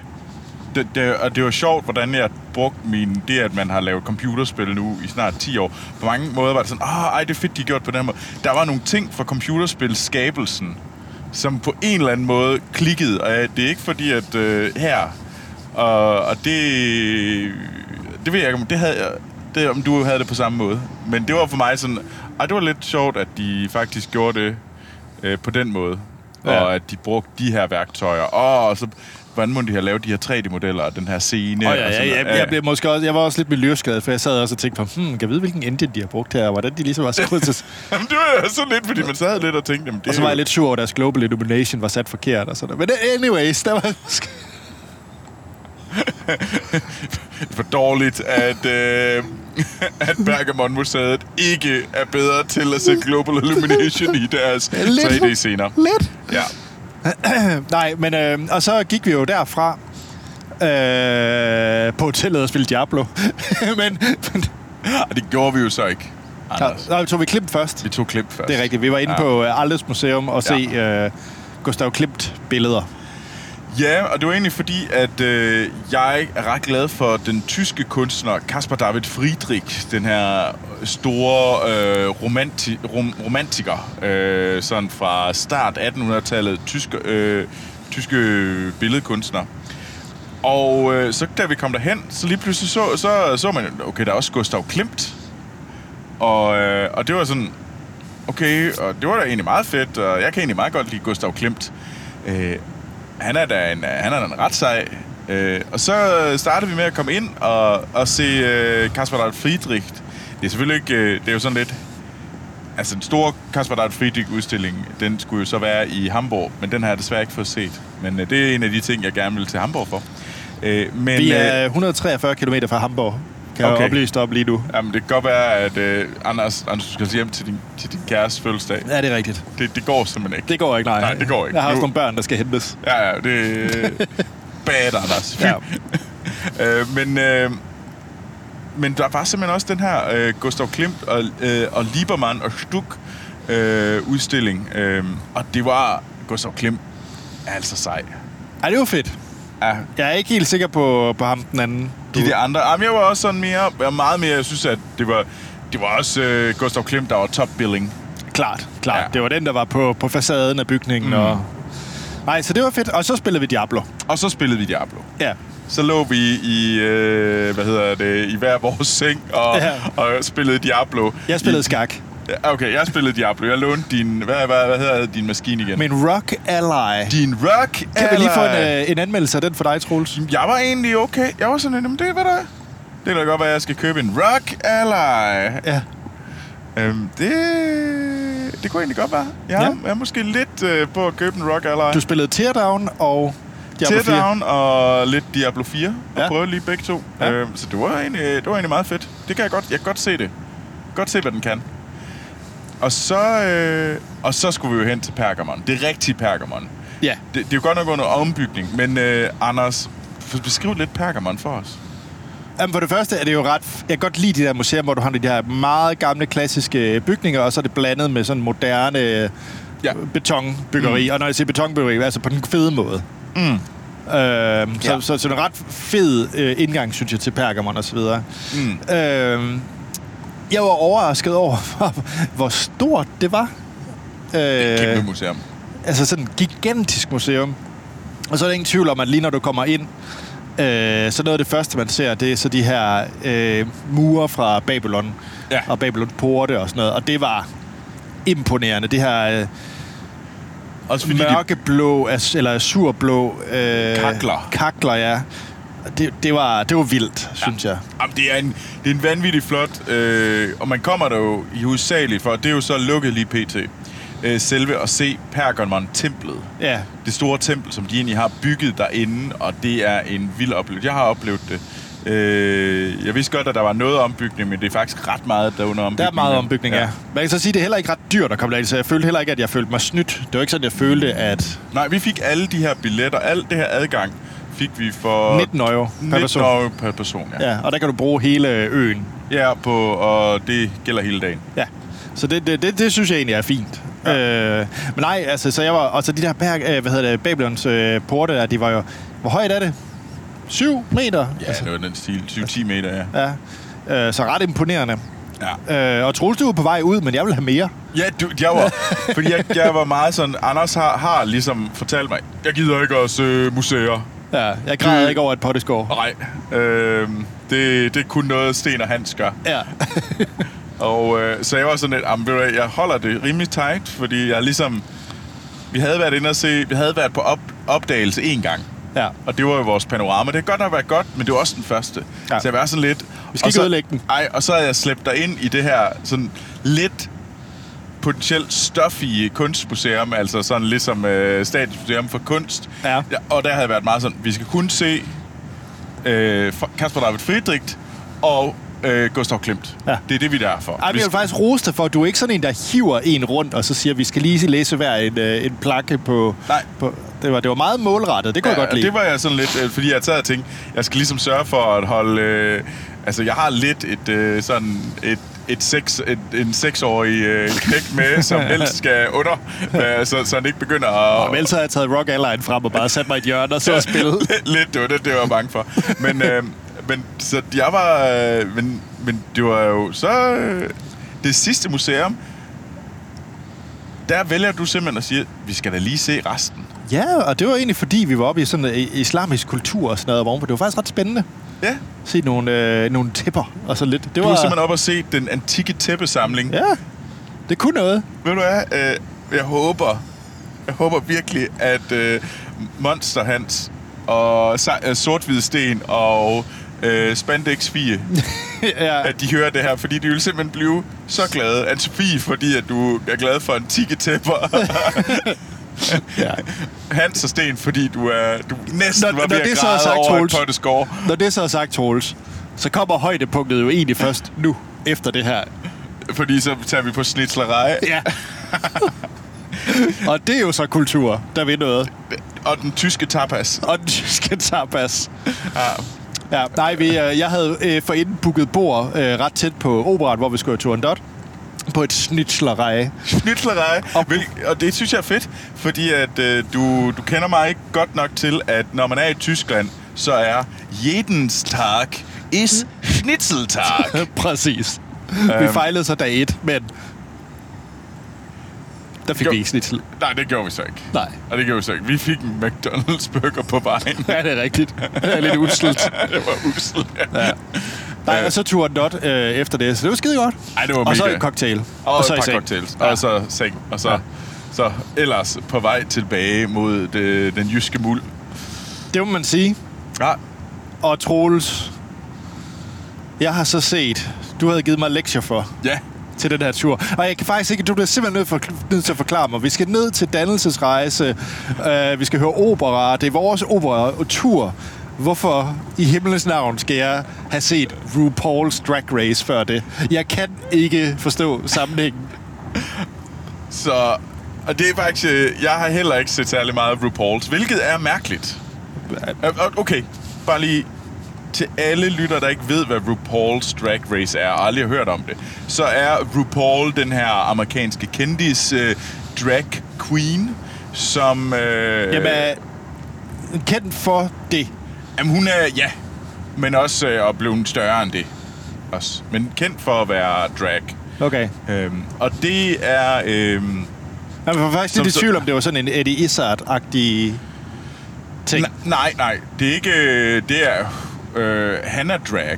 [SPEAKER 1] det, det, og det var sjovt, hvordan jeg brugte min, det, at man har lavet computerspil nu i snart 10 år. På mange måder var det sådan, ah, ej, det er fedt, de har gjort på den her måde. Der var nogle ting fra computerspilskabelsen, som på en eller anden måde klikkede. Og øh, det er ikke fordi, at øh, her... Og, og det... Det ved jeg ikke, om, det havde jeg, det, om du havde det på samme måde. Men det var for mig sådan... Ej, det var lidt sjovt, at de faktisk gjorde det øh, på den måde. Ja.
[SPEAKER 2] Ja.
[SPEAKER 1] Og at de brugte de her værktøjer. Og, og så... Hvordan må de have lavet de her 3D-modeller og den her scene?
[SPEAKER 2] Og
[SPEAKER 1] og
[SPEAKER 2] ja,
[SPEAKER 1] sådan
[SPEAKER 2] ja,
[SPEAKER 1] noget?
[SPEAKER 2] jeg, jeg, blev måske også, jeg var også lidt miljøskadet, for jeg sad også og tænkte på, hmm, kan jeg vide, hvilken engine de har brugt her, og hvordan de ligesom var skruet til...
[SPEAKER 1] Jamen, det var sådan lidt, fordi man sad lidt og tænkte... Jamen, det
[SPEAKER 2] Og så
[SPEAKER 1] er
[SPEAKER 2] var
[SPEAKER 1] jo-
[SPEAKER 2] jeg lidt sur over, at deres global illumination var sat forkert og sådan noget. Men anyways, der var...
[SPEAKER 1] for dårligt, at, øh, at Bergamon-museet ikke er bedre til at sætte Global Illumination i deres
[SPEAKER 2] Lidt.
[SPEAKER 1] 3D-scener.
[SPEAKER 2] Lidt!
[SPEAKER 1] Ja.
[SPEAKER 2] Nej, men... Øh, og så gik vi jo derfra øh, på hotellet og spille Diablo. men... men
[SPEAKER 1] Og det gjorde vi jo så ikke, Anders.
[SPEAKER 2] der, der tog vi klip først.
[SPEAKER 1] Vi tog klip først.
[SPEAKER 2] Det er rigtigt. Vi var inde
[SPEAKER 1] Ja.
[SPEAKER 2] ja. på øh, Aldes Museum og se øh, Gustav Klimt billeder.
[SPEAKER 1] Ja, og det var egentlig fordi, at øh, jeg er ret glad for den tyske kunstner Caspar David Friedrich, den her store øh, romanti- rom- romantiker, øh, sådan fra start 1800-tallet, tysk, øh, tyske billedkunstner. Og øh, så da vi kom derhen, så lige pludselig så, så, så man, jo, okay, der er også Gustav Klimt. Og, øh, og det var sådan, okay, og det var da egentlig meget fedt, og jeg kan egentlig meget godt lide Gustav Klimt. Øh, han er da en, øh, han er da en ret sej. Øh, og så startede vi med at komme ind og, og se øh, Kasper Dahl Friedrich. Det er selvfølgelig ikke, øh, det er jo sådan lidt, altså den store Kasper Dahl Friedrich udstilling, den skulle jo så være i Hamburg, men den har jeg desværre ikke fået set. Men øh, det er en af de ting, jeg gerne vil til Hamburg for. Øh, men,
[SPEAKER 2] Vi
[SPEAKER 1] øh,
[SPEAKER 2] er 143 km fra Hamburg. Kan okay.
[SPEAKER 1] Okay.
[SPEAKER 2] jeg oplyse dig om lige nu.
[SPEAKER 1] øh, Jamen, det kan godt være, at øh, Anders, Anders, du skal hjem til din, til din kæreste fødselsdag.
[SPEAKER 2] Ja, det er rigtigt.
[SPEAKER 1] Det, det går simpelthen ikke.
[SPEAKER 2] Det går ikke, nej.
[SPEAKER 1] Nej, det går ikke.
[SPEAKER 2] Jeg har
[SPEAKER 1] Nu-
[SPEAKER 2] også nogle børn, der skal hentes.
[SPEAKER 1] Ja, ja, det... Bad, Anders. Fy.
[SPEAKER 2] Ja.
[SPEAKER 1] øh, men, øh, men der var simpelthen også den her øh, Gustav Klimt og, øh, og Liebermann og Stuck øh, udstilling. Øh, og det var Gustav Klimt er altså sej.
[SPEAKER 2] Ej, det var fedt.
[SPEAKER 1] Ja,
[SPEAKER 2] Jeg er ikke helt sikker på, på ham den anden. Du.
[SPEAKER 1] de der andre. Jamen, jeg var også sådan mere, jeg var meget mere, jeg synes, at det var, det var også øh, Gustav Klimt, der var top billing.
[SPEAKER 2] Klart, klart.
[SPEAKER 1] Ja.
[SPEAKER 2] Ja. Det var den, der var på, på facaden af bygningen. Mm. Og... Nej, så det var fedt. Og så spillede vi Diablo.
[SPEAKER 1] Og så spillede vi Diablo.
[SPEAKER 2] Ja.
[SPEAKER 1] Så lå vi i, øh, hvad hedder det, i hver vores seng og, ja.
[SPEAKER 2] Ja.
[SPEAKER 1] og spillede Diablo.
[SPEAKER 2] Jeg spillede skak.
[SPEAKER 1] I, okay, jeg spillede Diablo. Jeg lånte din, hvad, hvad, hvad hedder din maskine igen?
[SPEAKER 2] Men Rock Ally.
[SPEAKER 1] din Rock
[SPEAKER 2] Kan vi lige få en, øh, en anmeldelse af den for dig, Troels?
[SPEAKER 1] Jeg var egentlig okay. Jeg var sådan, jamen det er, hvad der er. Det kan da godt være, at jeg skal købe en Rock Ally.
[SPEAKER 2] Ja.
[SPEAKER 1] Øhm, det, det kunne egentlig godt være. Jeg, ja.
[SPEAKER 2] Ja.
[SPEAKER 1] jeg er måske lidt øh, på at købe en Rock Ally.
[SPEAKER 2] Du spillede Teardown og Diablo 4.
[SPEAKER 1] Teardown og lidt Diablo 4. Og ja.
[SPEAKER 2] Ja.
[SPEAKER 1] prøvede lige begge to. Ja.
[SPEAKER 2] Ja.
[SPEAKER 1] Øhm, så det var, egentlig, det var egentlig meget fedt. Det kan jeg godt. Jeg kan godt se det. Godt se, hvad den kan. Og så, øh, og så skulle vi jo hen til Pergamon. Det rigtige Pergamon.
[SPEAKER 2] Ja.
[SPEAKER 1] Det, det er jo godt nok under ombygning, men øh, Anders, f- beskriv lidt Pergamon for os.
[SPEAKER 2] Jamen for det første er det jo ret... Jeg kan godt lide de der museer, hvor du har de her meget gamle, klassiske øh, bygninger, og så er det blandet med sådan moderne
[SPEAKER 1] Ja.
[SPEAKER 2] ja. betonbyggeri. Mm. Og når jeg siger betonbyggeri, altså på den fede måde. Mm. Øhm, så,
[SPEAKER 1] Ja.
[SPEAKER 2] ja. så, så, så en ret fed øh, indgang, synes jeg, til Pergamon og så videre.
[SPEAKER 1] Mm.
[SPEAKER 2] Øhm, jeg var overrasket over, hvor stort det var. Øh,
[SPEAKER 1] Kæmpe museum.
[SPEAKER 2] altså sådan et gigantisk museum. Og så er der ingen tvivl om, at lige når du kommer ind, øh, så noget af det første, man ser, det er så de her øh, mure fra Babylon.
[SPEAKER 1] Ja.
[SPEAKER 2] Og Babylons porte og sådan noget. Og det var imponerende. Det her øh,
[SPEAKER 1] Også fordi de,
[SPEAKER 2] mørkeblå, as, eller surblå... Øh,
[SPEAKER 1] Kakler.
[SPEAKER 2] Kakler, ja. Det, det, var, det var vildt, ja. synes jeg.
[SPEAKER 1] jamen, det, er en, det er en vanvittig flot, øh, og man kommer der jo i hovedsageligt for, det er jo så lukket lige pt. Øh, selve at se Pergamon-templet.
[SPEAKER 2] Ja.
[SPEAKER 1] det store tempel, som de egentlig har bygget derinde, og det er en vild oplevelse. Jeg har oplevet det. Øh, jeg vidste godt, at der var noget ombygning, men det er faktisk ret meget, der er under
[SPEAKER 2] Der er
[SPEAKER 1] ombygning.
[SPEAKER 2] meget ombygning, ja. ja. Man kan så sige, at det er heller ikke ret dyrt at komme derind, så jeg følte heller ikke, at jeg følte mig snydt. Det var ikke sådan, jeg følte, at
[SPEAKER 1] Nej, vi fik alle de her billetter, alt det her adgang, fik vi for...
[SPEAKER 2] 19 euro per
[SPEAKER 1] 19
[SPEAKER 2] person.
[SPEAKER 1] euro per person, ja.
[SPEAKER 2] Ja, og der kan du bruge hele øen.
[SPEAKER 1] ja på, og det gælder hele dagen.
[SPEAKER 2] Ja. Så det, det, det, det synes jeg egentlig er fint. Ja. Øh, men nej, altså, så jeg var... Og så de der berg, øh, hvad hedder det, Babylons øh, porte der, de var jo... Hvor højt er det? 7 meter?
[SPEAKER 1] Ja, altså, det var den stil. 20-10 meter, ja.
[SPEAKER 2] Ja. Øh, så ret imponerende. Ja. Øh, og Troels, du er på vej ud, men jeg vil have mere.
[SPEAKER 1] Ja, du, jeg var, fordi jeg, jeg var meget sådan, Anders har, har ligesom fortalt mig, jeg gider ikke også øh, museer.
[SPEAKER 2] Ja, jeg græder
[SPEAKER 1] Det-
[SPEAKER 2] ikke over et potteskår.
[SPEAKER 1] Nej, øh, det, det er kun noget, Sten og Hans gør.
[SPEAKER 2] Ja.
[SPEAKER 1] Og øh, så jeg var sådan lidt, "Jamen, ved du hvad, jeg holder det rimelig tight, fordi jeg ligesom, vi havde været inde og se, vi havde været på op, opdagelse en gang.
[SPEAKER 2] ja.
[SPEAKER 1] Og det var jo vores panorama. Det har godt nok været godt, men det var også den første.
[SPEAKER 2] Ja.
[SPEAKER 1] Ja. Så jeg var sådan lidt...
[SPEAKER 2] Vi skal
[SPEAKER 1] og
[SPEAKER 2] ikke
[SPEAKER 1] så,
[SPEAKER 2] ødelægge den.
[SPEAKER 1] Ej, og så havde jeg slæbt dig ind i det her sådan lidt potentielt stoffige kunstmuseum, altså sådan ligesom øh, Statens Museum for Kunst.
[SPEAKER 2] Ja.
[SPEAKER 1] Og der havde været meget sådan, vi skal kun se øh, Kasper David Friedrich og øh, Gustav Klimt.
[SPEAKER 2] Ja.
[SPEAKER 1] Det er det, vi er der for.
[SPEAKER 2] Ej, men
[SPEAKER 1] Vi
[SPEAKER 2] jeg vil faktisk rose dig for, at du er ikke sådan en, der hiver en rundt, og så siger, at vi skal lige læse hver en, øh, en plakke på...
[SPEAKER 1] Nej.
[SPEAKER 2] på det, var, det var meget målrettet, det kunne ja, jeg godt
[SPEAKER 1] og
[SPEAKER 2] lide.
[SPEAKER 1] det var jeg sådan lidt, øh, fordi jeg sad og tænkte, jeg skal ligesom sørge for at holde... Øh, altså, jeg har lidt et øh, sådan... Et, et seks, et, en seksårig øh, knæk med, som helst skal under, øh, så, så han ikke begynder at...
[SPEAKER 2] Og ellers havde jeg taget Rock Airline frem og bare sat mig i et hjørne og så spille.
[SPEAKER 1] lidt, lidt det var det, det var jeg bange for. Men, øh, men så jeg var... Øh, men, men det var jo så... Øh, det sidste museum, der vælger du simpelthen at sige, vi skal da lige se resten.
[SPEAKER 2] Ja, og det var egentlig fordi, vi var oppe i sådan en islamisk kultur og sådan noget ovenpå. Det var faktisk ret spændende.
[SPEAKER 1] Ja,
[SPEAKER 2] Se nogle, øh, nogle tæpper og så lidt. Det
[SPEAKER 1] du
[SPEAKER 2] var,
[SPEAKER 1] var simpelthen op og se den antikke tæppesamling.
[SPEAKER 2] Ja, det kunne noget.
[SPEAKER 1] Ved du hvad? Øh, jeg håber, jeg håber virkelig, at øh, Monster Hans og Se- øh, sort Sten og øh, Spandex Fie,
[SPEAKER 2] ja.
[SPEAKER 1] at de hører det her, fordi de vil simpelthen blive så glade. At Fie, fordi at du er glad for en tikketæpper.
[SPEAKER 2] ja.
[SPEAKER 1] Hans og Sten, fordi du, er, du næsten
[SPEAKER 2] Når-
[SPEAKER 1] var
[SPEAKER 2] når
[SPEAKER 1] ved
[SPEAKER 2] det
[SPEAKER 1] at
[SPEAKER 2] så er
[SPEAKER 1] græde
[SPEAKER 2] sagt,
[SPEAKER 1] over et
[SPEAKER 2] Troels.
[SPEAKER 1] potteskår.
[SPEAKER 2] Når det så er sagt, Troels, så kommer højdepunktet jo egentlig først nu, efter det her.
[SPEAKER 1] Fordi så tager vi på snitslerej.
[SPEAKER 2] Ja. og det er jo så kultur, der ved noget.
[SPEAKER 1] Og den tyske tapas.
[SPEAKER 2] Og den tyske tapas. Ja, nej, vi, øh, jeg havde øh, forinden booket bord øh, ret tæt på operan, hvor vi skulle have turen dot, på et snitslerej.
[SPEAKER 1] Snitslerej.
[SPEAKER 2] Og-
[SPEAKER 1] Og, og det synes jeg er fedt, fordi at, øh, du, du kender mig ikke godt nok til, at når man er i Tyskland, så er Jedenstag is Schnitzeltag.
[SPEAKER 2] Præcis.
[SPEAKER 1] Øhm.
[SPEAKER 2] Vi fejlede så dag et, men der fik
[SPEAKER 1] Jo.
[SPEAKER 2] vi ikke snitsel.
[SPEAKER 1] Nej, det gjorde vi så ikke.
[SPEAKER 2] Nej.
[SPEAKER 1] Og det gjorde vi så ikke. Vi fik en McDonald's burger på vejen.
[SPEAKER 2] Ja, det er rigtigt. Det er lidt usselt.
[SPEAKER 1] det var usel.
[SPEAKER 2] Ja. Nej, og så turen dot øh, efter det, så det var skide godt.
[SPEAKER 1] Ej, det var
[SPEAKER 2] Og så
[SPEAKER 1] mega.
[SPEAKER 2] en cocktail.
[SPEAKER 1] Og,
[SPEAKER 2] så
[SPEAKER 1] et
[SPEAKER 2] i
[SPEAKER 1] par
[SPEAKER 2] seng.
[SPEAKER 1] cocktails.
[SPEAKER 2] Ja.
[SPEAKER 1] Og så seng. Og så,
[SPEAKER 2] Ja.
[SPEAKER 1] så ellers på vej tilbage mod det, den jyske muld.
[SPEAKER 2] Det må man sige.
[SPEAKER 1] Ja.
[SPEAKER 2] Og Troels, jeg har så set, du havde givet mig lektier for
[SPEAKER 1] Ja.
[SPEAKER 2] til den her tur. Og jeg kan faktisk ikke, du bliver simpelthen nødt, for, nødt til at forklare mig. Vi skal ned til dannelsesrejse, øh, vi skal høre opera, det er vores opera-tur. Hvorfor i himlens navn skal jeg have set RuPaul's Drag Race før det? Jeg kan ikke forstå sammenhængen.
[SPEAKER 1] Så... Og det er faktisk... øh, Jeg har heller ikke set særlig meget af RuPaul's, hvilket er mærkeligt. Øh, øh, Okay, bare lige til alle lytter, der ikke ved, hvad RuPaul's Drag Race er, og aldrig har hørt om det, så er RuPaul den her amerikanske kendis øh, drag queen, som... Øh,
[SPEAKER 2] Jamen, øh, kendt for det.
[SPEAKER 1] Jamen, hun er, ja, men også øh, og blevet større end det. Også. Men kendt for at være drag.
[SPEAKER 2] Okay.
[SPEAKER 1] Øhm, og det er... Øhm,
[SPEAKER 2] Jeg var faktisk
[SPEAKER 1] Som
[SPEAKER 2] lidt i
[SPEAKER 1] så-
[SPEAKER 2] tvivl om, det var sådan en Eddie Izzard-agtig ting.
[SPEAKER 1] n- nej, nej, det er ikke... øh, Det er... Øh, han er drag.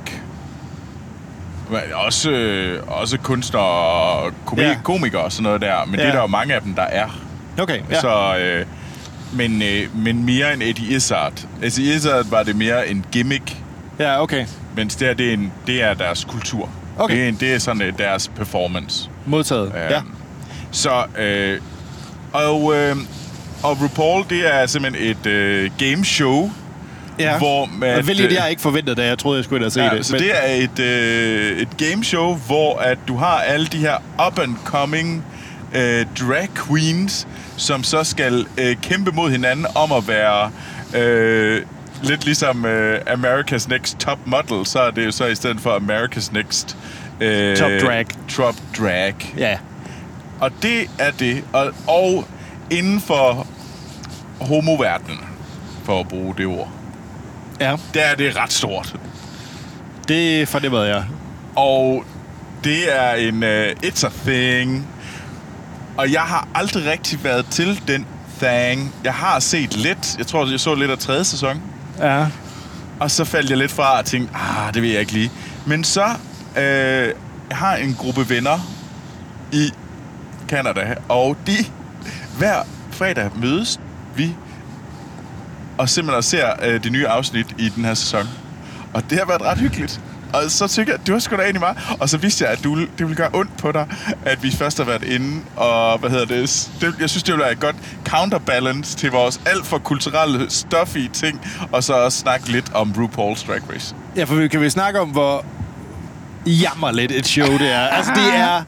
[SPEAKER 1] Men Også, øh, også kunstner og komi-
[SPEAKER 2] Ja.
[SPEAKER 1] ja. komikere og sådan noget der. Men ja. det
[SPEAKER 2] Ja.
[SPEAKER 1] er der jo mange af dem, der er.
[SPEAKER 2] Okay, ja.
[SPEAKER 1] Ja. Så, øh, men, øh, men mere end Eddie Izzard. Altså, Eddie Izzard var det mere en gimmick,
[SPEAKER 2] ja, okay.
[SPEAKER 1] mens det her, det er, en, det er deres kultur.
[SPEAKER 2] Okay.
[SPEAKER 1] Det, er, en- det er sådan øh, deres performance.
[SPEAKER 2] Modtaget.
[SPEAKER 1] Øhm,
[SPEAKER 2] ja.
[SPEAKER 1] Så, øh, og, øh, og RuPaul, det er simpelthen et øh, game show.
[SPEAKER 2] ja.
[SPEAKER 1] hvor at,
[SPEAKER 2] at, Hvilket
[SPEAKER 1] øh,
[SPEAKER 2] jeg ikke forventede, da jeg troede, jeg skulle ind og se
[SPEAKER 1] Ja,
[SPEAKER 2] det.
[SPEAKER 1] så det er et, øh, et game show, hvor at du har alle de her up-and-coming øh, drag queens, som så skal øh, kæmpe mod hinanden om at være... Øh, lidt ligesom øh, America's Next Top Model, så er det jo så i stedet for America's Next... Øh,
[SPEAKER 2] Top Drag.
[SPEAKER 1] Top Drag.
[SPEAKER 2] Ja.
[SPEAKER 1] Og det er det. Og, og inden for homoverdenen, for at bruge det ord,
[SPEAKER 2] ja.
[SPEAKER 1] der er det ret stort.
[SPEAKER 2] Det fornemmede jeg.
[SPEAKER 1] Og Det er en uh, It's a Thing. Og jeg har aldrig rigtig været til den thing. Jeg har set lidt. Jeg tror, jeg så lidt af tredje sæson.
[SPEAKER 2] Ja.
[SPEAKER 1] Og så faldt jeg lidt fra og tænkte, ah, det vil jeg ikke lige. Men så øh, jeg har en gruppe venner i Canada, og de hver fredag mødes vi og simpelthen ser øh, det nye afsnit i den her sæson. Og det har været ret hyggeligt. Og så tænker jeg, det var sgu da egentlig meget. Og så vidste jeg, at du, det ville gøre ondt på dig, at vi først har været inde, og hvad hedder det, s- det jeg synes, det ville være et godt counterbalance til vores alt for kulturelle, stuffy ting, og så også snakke lidt om RuPaul's Drag Race.
[SPEAKER 2] Ja, for vi kan vi snakke om, hvor jammerligt et show det er. Altså, det er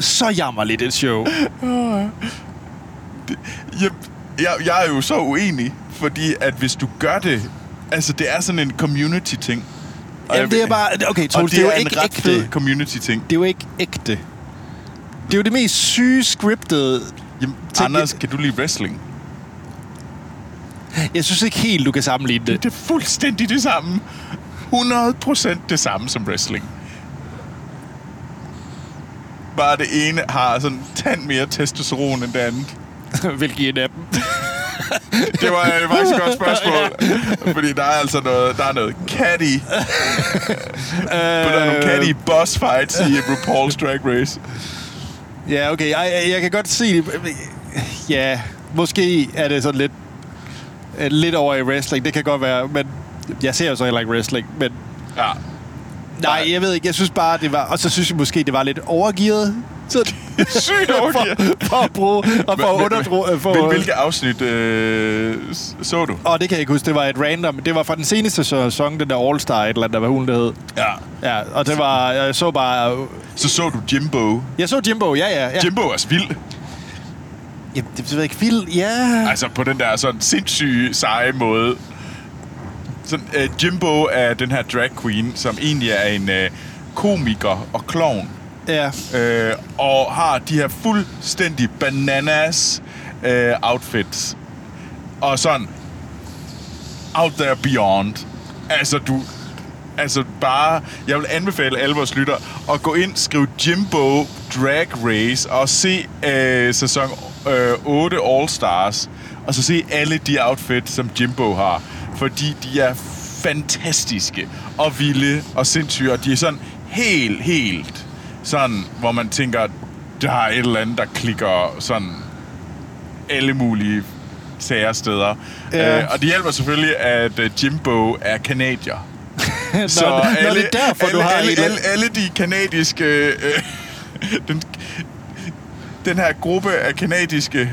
[SPEAKER 2] så jammerligt et show.
[SPEAKER 1] Jeg, jeg, jeg er jo så uenig, fordi at hvis du gør det, altså det er sådan en community-ting. Og jeg
[SPEAKER 2] Jamen, det er
[SPEAKER 1] ved-
[SPEAKER 2] bare... Okay,
[SPEAKER 1] Og
[SPEAKER 2] Troels,
[SPEAKER 1] det,
[SPEAKER 2] det, er jo
[SPEAKER 1] en
[SPEAKER 2] ikke
[SPEAKER 1] ret fed
[SPEAKER 2] ægte.
[SPEAKER 1] community-ting.
[SPEAKER 2] Det er jo ikke ægte. Det er jo det mest syge scriptede...
[SPEAKER 1] Jamen,
[SPEAKER 2] Tænk-
[SPEAKER 1] Anders, kan du lide wrestling?
[SPEAKER 2] Jeg synes ikke helt, du kan sammenligne det.
[SPEAKER 1] Det er fuldstændig det samme. 100% det samme som wrestling. Bare det ene har sådan en tand mere testosteron end det andet.
[SPEAKER 2] Hvilken en af dem?
[SPEAKER 1] Det var øh, faktisk et godt spørgsmål. Fordi der er altså noget, der er noget catty. Der er
[SPEAKER 2] Øh,
[SPEAKER 1] nogle catty boss fights i RuPaul's Drag Race.
[SPEAKER 2] Ja, okay. Jeg, jeg, jeg kan godt se det. Ja, måske er det sådan lidt, øh, lidt over i wrestling. Det kan godt være, men jeg ser jo så heller ikke wrestling. Men
[SPEAKER 1] Ja.
[SPEAKER 2] nej, jeg ved ikke. Jeg synes bare, det var... Og så synes jeg måske, det var lidt overgearet. Så,
[SPEAKER 1] Sygt overgivet.
[SPEAKER 2] for, for at bruge... Og for at underdro... øh, For,
[SPEAKER 1] Men hvilke afsnit øh, s- så du?
[SPEAKER 2] og det kan jeg ikke huske, det var et random. Det var fra den seneste sæson, den der All Star, et eller andet, hvad hun det hed.
[SPEAKER 1] Ja.
[SPEAKER 2] Ja, og det var, jeg så bare...
[SPEAKER 1] Så så du Jimbo.
[SPEAKER 2] Jeg så Jimbo, ja, ja. ja.
[SPEAKER 1] Jimbo er også vild.
[SPEAKER 2] Jamen, det ved jeg ikke, Phil, ja.
[SPEAKER 1] Altså på den der sådan sindssyge, seje måde. Sådan, uh, Jimbo er den her drag queen, som egentlig er en uh, komiker og klovn.
[SPEAKER 2] Ja,
[SPEAKER 1] Øh, og har de her fuldstændig bananas øh, outfits. Og sådan out there beyond. Altså du altså bare jeg vil anbefale alle vores lytter at gå ind skrive Jimbo Drag Race og se øh, sæson øh, 8 All Stars og så se alle de outfits som Jimbo har, fordi de er fantastiske og vilde og sindssyge, og de er sådan helt, helt sådan, hvor man tænker, der er et eller andet, der klikker sådan alle mulige sager steder.
[SPEAKER 2] Ja.
[SPEAKER 1] Øh, og det hjælper selvfølgelig, at øh, Jimbo er kanadier.
[SPEAKER 2] så nå, alle, det er derfor,
[SPEAKER 1] alle,
[SPEAKER 2] du har
[SPEAKER 1] alle,
[SPEAKER 2] et eller
[SPEAKER 1] alle,
[SPEAKER 2] andet.
[SPEAKER 1] alle de kanadiske... Øh, den, den her gruppe af kanadiske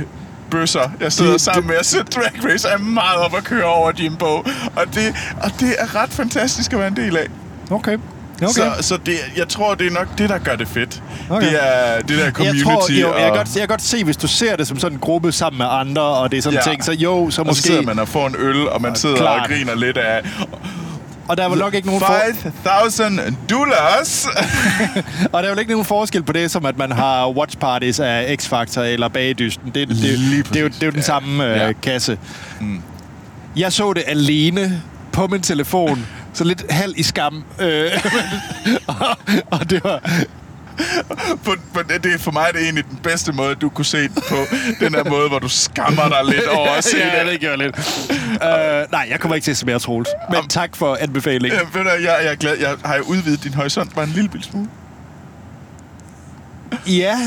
[SPEAKER 1] bøsser, jeg sidder
[SPEAKER 2] De-
[SPEAKER 1] sammen med at se Drag Race, er meget op at køre over Jimbo. Og det, og det er ret fantastisk at være en del af.
[SPEAKER 2] Okay, okay.
[SPEAKER 1] Så, så det, jeg tror, det er nok det, der gør det fedt.
[SPEAKER 2] Okay.
[SPEAKER 1] Det er det der
[SPEAKER 2] jeg
[SPEAKER 1] community.
[SPEAKER 2] tror, jo, jeg,
[SPEAKER 1] og,
[SPEAKER 2] kan godt, jeg kan godt se, hvis du ser det som sådan en gruppe sammen med andre, og det er sådan ja.
[SPEAKER 1] Ja.
[SPEAKER 2] ting, så jo, så
[SPEAKER 1] og så
[SPEAKER 2] måske...
[SPEAKER 1] sidder man og får en øl, og man sidder
[SPEAKER 2] klart.
[SPEAKER 1] og griner lidt af...
[SPEAKER 2] og der er vel nok ikke nogen for,
[SPEAKER 1] 5.000 dollars!
[SPEAKER 2] og der er vel ikke nogen forskel på det, som at man har watch parties af X-Factor eller Bagedysten. Det, det, det,
[SPEAKER 1] Lige
[SPEAKER 2] det, er jo,
[SPEAKER 1] præcis.
[SPEAKER 2] det er jo den
[SPEAKER 1] Ja.
[SPEAKER 2] samme øh,
[SPEAKER 1] Ja. Mm.
[SPEAKER 2] kasse. Jeg så det alene på min telefon, så lidt halv i skam. Øh, og, og det var...
[SPEAKER 1] på, på, det det er for mig det er egentlig den bedste måde, du kunne se det på. Den her måde, hvor du skammer dig lidt over at se
[SPEAKER 2] ja,
[SPEAKER 1] det.
[SPEAKER 2] det gjorde jeg lidt. øh, nej, jeg kommer ikke til at se mere, Troels. Men tak for anbefalingen.
[SPEAKER 1] Jamen, ved du, jeg, jeg er glad. Jeg har jo udvidet din horisont bare en lille bitte smule.
[SPEAKER 2] Ja,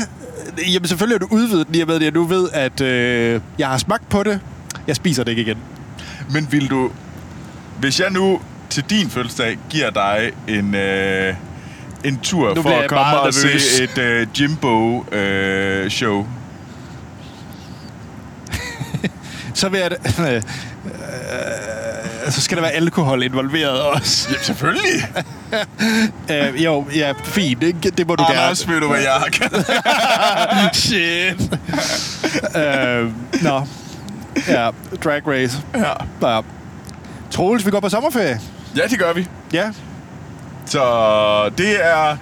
[SPEAKER 2] øh, jamen selvfølgelig har du udvidet den i og med, at jeg nu ved, at øh, jeg har smagt på det. Jeg spiser det ikke igen.
[SPEAKER 1] Men vil du... Hvis jeg nu til din fødselsdag giver dig en... Øh, en tur
[SPEAKER 2] Nu
[SPEAKER 1] for
[SPEAKER 2] bliver jeg
[SPEAKER 1] at komme
[SPEAKER 2] meget
[SPEAKER 1] og se
[SPEAKER 2] nervøs.
[SPEAKER 1] et øh, Jimbo-show. Øh, show.
[SPEAKER 2] Så vil jeg... Øh, øh, så skal der være alkohol involveret også.
[SPEAKER 1] Jamen, selvfølgelig!
[SPEAKER 2] Øh, jo, ja, fint. Ikke? Det må du
[SPEAKER 1] Anders, ved du, hvad jeg har kaldt?
[SPEAKER 2] gerne. Shit. øh, nå. Ja, drag race.
[SPEAKER 1] Ja.
[SPEAKER 2] Ja. Troels, vi går på sommerferie.
[SPEAKER 1] ja, det gør vi.
[SPEAKER 2] Ja,
[SPEAKER 1] Så det er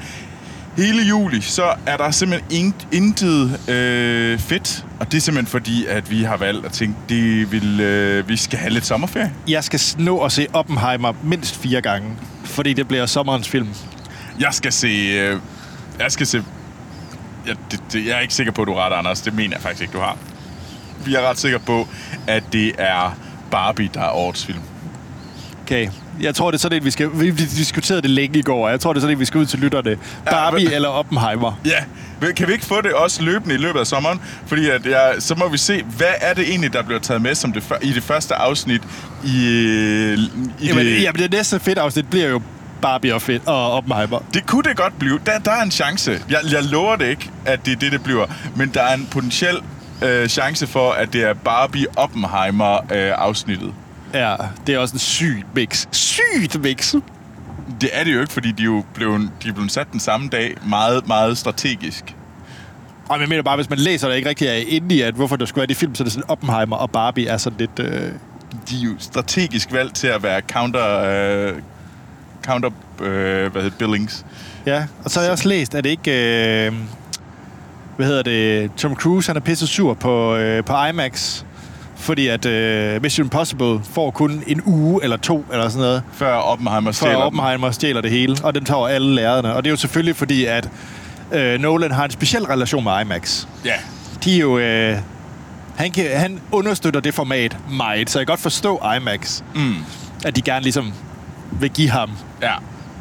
[SPEAKER 1] hele juli, så er der simpelthen in- intet øh, fedt. Og det er simpelthen fordi, at vi har valgt at tænke, det vil, øh, vi skal have lidt sommerferie.
[SPEAKER 2] jeg skal nå at se Oppenheimer mindst fire gange, fordi det bliver sommerens film.
[SPEAKER 1] Jeg skal se øh, Jeg skal se... Jeg, det, det, jeg er ikke sikker på, at du har ret, Anders. Det mener jeg faktisk ikke, du har. Vi er ret sikre på, at det er Barbie, der er årets film.
[SPEAKER 2] Okay. Jeg tror, det er sådan en, vi skal... Vi diskuterede det længe i går, og jeg tror, det er sådan en, vi skal ud til lytterne. Barbie
[SPEAKER 1] men-
[SPEAKER 2] eller Oppenheimer?
[SPEAKER 1] Ja, men kan vi ikke få det også løbende i løbet af sommeren? Fordi at jeg, så må vi se, hvad er det egentlig, der bliver taget med som det, før- i det første afsnit i, øh, i
[SPEAKER 2] Jamen,
[SPEAKER 1] det,
[SPEAKER 2] jamen, det næste fedt afsnit bliver jo Barbie og, fedt, og Oppenheimer.
[SPEAKER 1] Det kunne det godt blive. Der, der er en chance. Jeg, jeg lover det ikke, at det er det, det bliver. Men der er en potentiel øh, chance for, at det er øh, Barbie-Oppenheimer-afsnittet.
[SPEAKER 2] Ja, det er også en syg mix. Sygt mix!
[SPEAKER 1] det er det jo ikke, fordi de er jo blev, de er blevet sat den samme dag meget, meget strategisk.
[SPEAKER 2] Og jeg mener bare, hvis man læser det ikke rigtig er inde i, at hvorfor der skulle være de film, så er det sådan, Oppenheimer og Barbie er sådan lidt... Øh,
[SPEAKER 1] De er jo strategisk valgt til at være counter... Øh, counter... Øh, hvad hedder det? Billings.
[SPEAKER 2] Ja, og så har jeg også læst, at det ikke... Øh, hvad hedder det? Tom Cruise, han er pisse sur på, øh, på IMAX. Fordi at øh, Mission Impossible får kun en uge eller to eller sådan noget.
[SPEAKER 1] Før Oppenheimer stjæler
[SPEAKER 2] For stjæler
[SPEAKER 1] dem.
[SPEAKER 2] Oppenheimer stjæler det hele, og den tager alle lærerne. Og det er jo selvfølgelig fordi, at øh, Nolan har en speciel relation med IMAX.
[SPEAKER 1] Ja.
[SPEAKER 2] De er jo... Øh, han, kan, han understøtter det format meget, så jeg kan godt forstå IMAX.
[SPEAKER 1] Mm.
[SPEAKER 2] At de gerne ligesom vil give ham
[SPEAKER 1] Ja.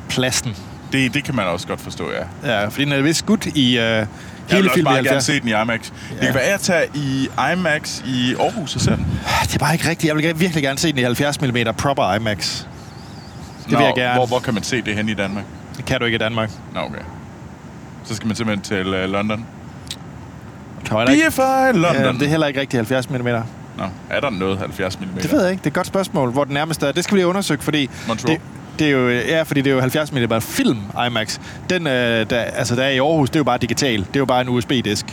[SPEAKER 2] pladsen.
[SPEAKER 1] Det, det kan man også godt forstå, ja.
[SPEAKER 2] Ja, fordi den er vist skudt i øh, hele
[SPEAKER 1] Jeg vil også
[SPEAKER 2] filmen. i
[SPEAKER 1] bare gerne
[SPEAKER 2] 70'erne.
[SPEAKER 1] se den i IMAX. Ja. Det
[SPEAKER 2] Ja.
[SPEAKER 1] kan være, at jeg tager i IMAX i Aarhus og ser den.
[SPEAKER 2] Ah, Det er bare ikke rigtigt. Jeg vil gerne- virkelig gerne se den i 70mm proper IMAX. Det vil jeg gerne.
[SPEAKER 1] Hvor, hvor kan man se det hen i Danmark?
[SPEAKER 2] Det kan du ikke i Danmark.
[SPEAKER 1] Nå, okay. Så skal man simpelthen til uh, London.
[SPEAKER 2] Der er ikke,
[SPEAKER 1] BFI
[SPEAKER 2] ja,
[SPEAKER 1] London.
[SPEAKER 2] det er heller ikke rigtigt 70mm.
[SPEAKER 1] Nå, er der noget 70 mm?
[SPEAKER 2] Det ved jeg ikke. Det er et godt spørgsmål, hvor den nærmeste er. Det skal vi lige undersøge, fordi...
[SPEAKER 1] Montreal.
[SPEAKER 2] Det, det er jo, ja, fordi det er jo 70 mm film IMAX. Den, øh, der, altså, der er i Aarhus, det er jo bare digital. Det er jo bare en USB-disk.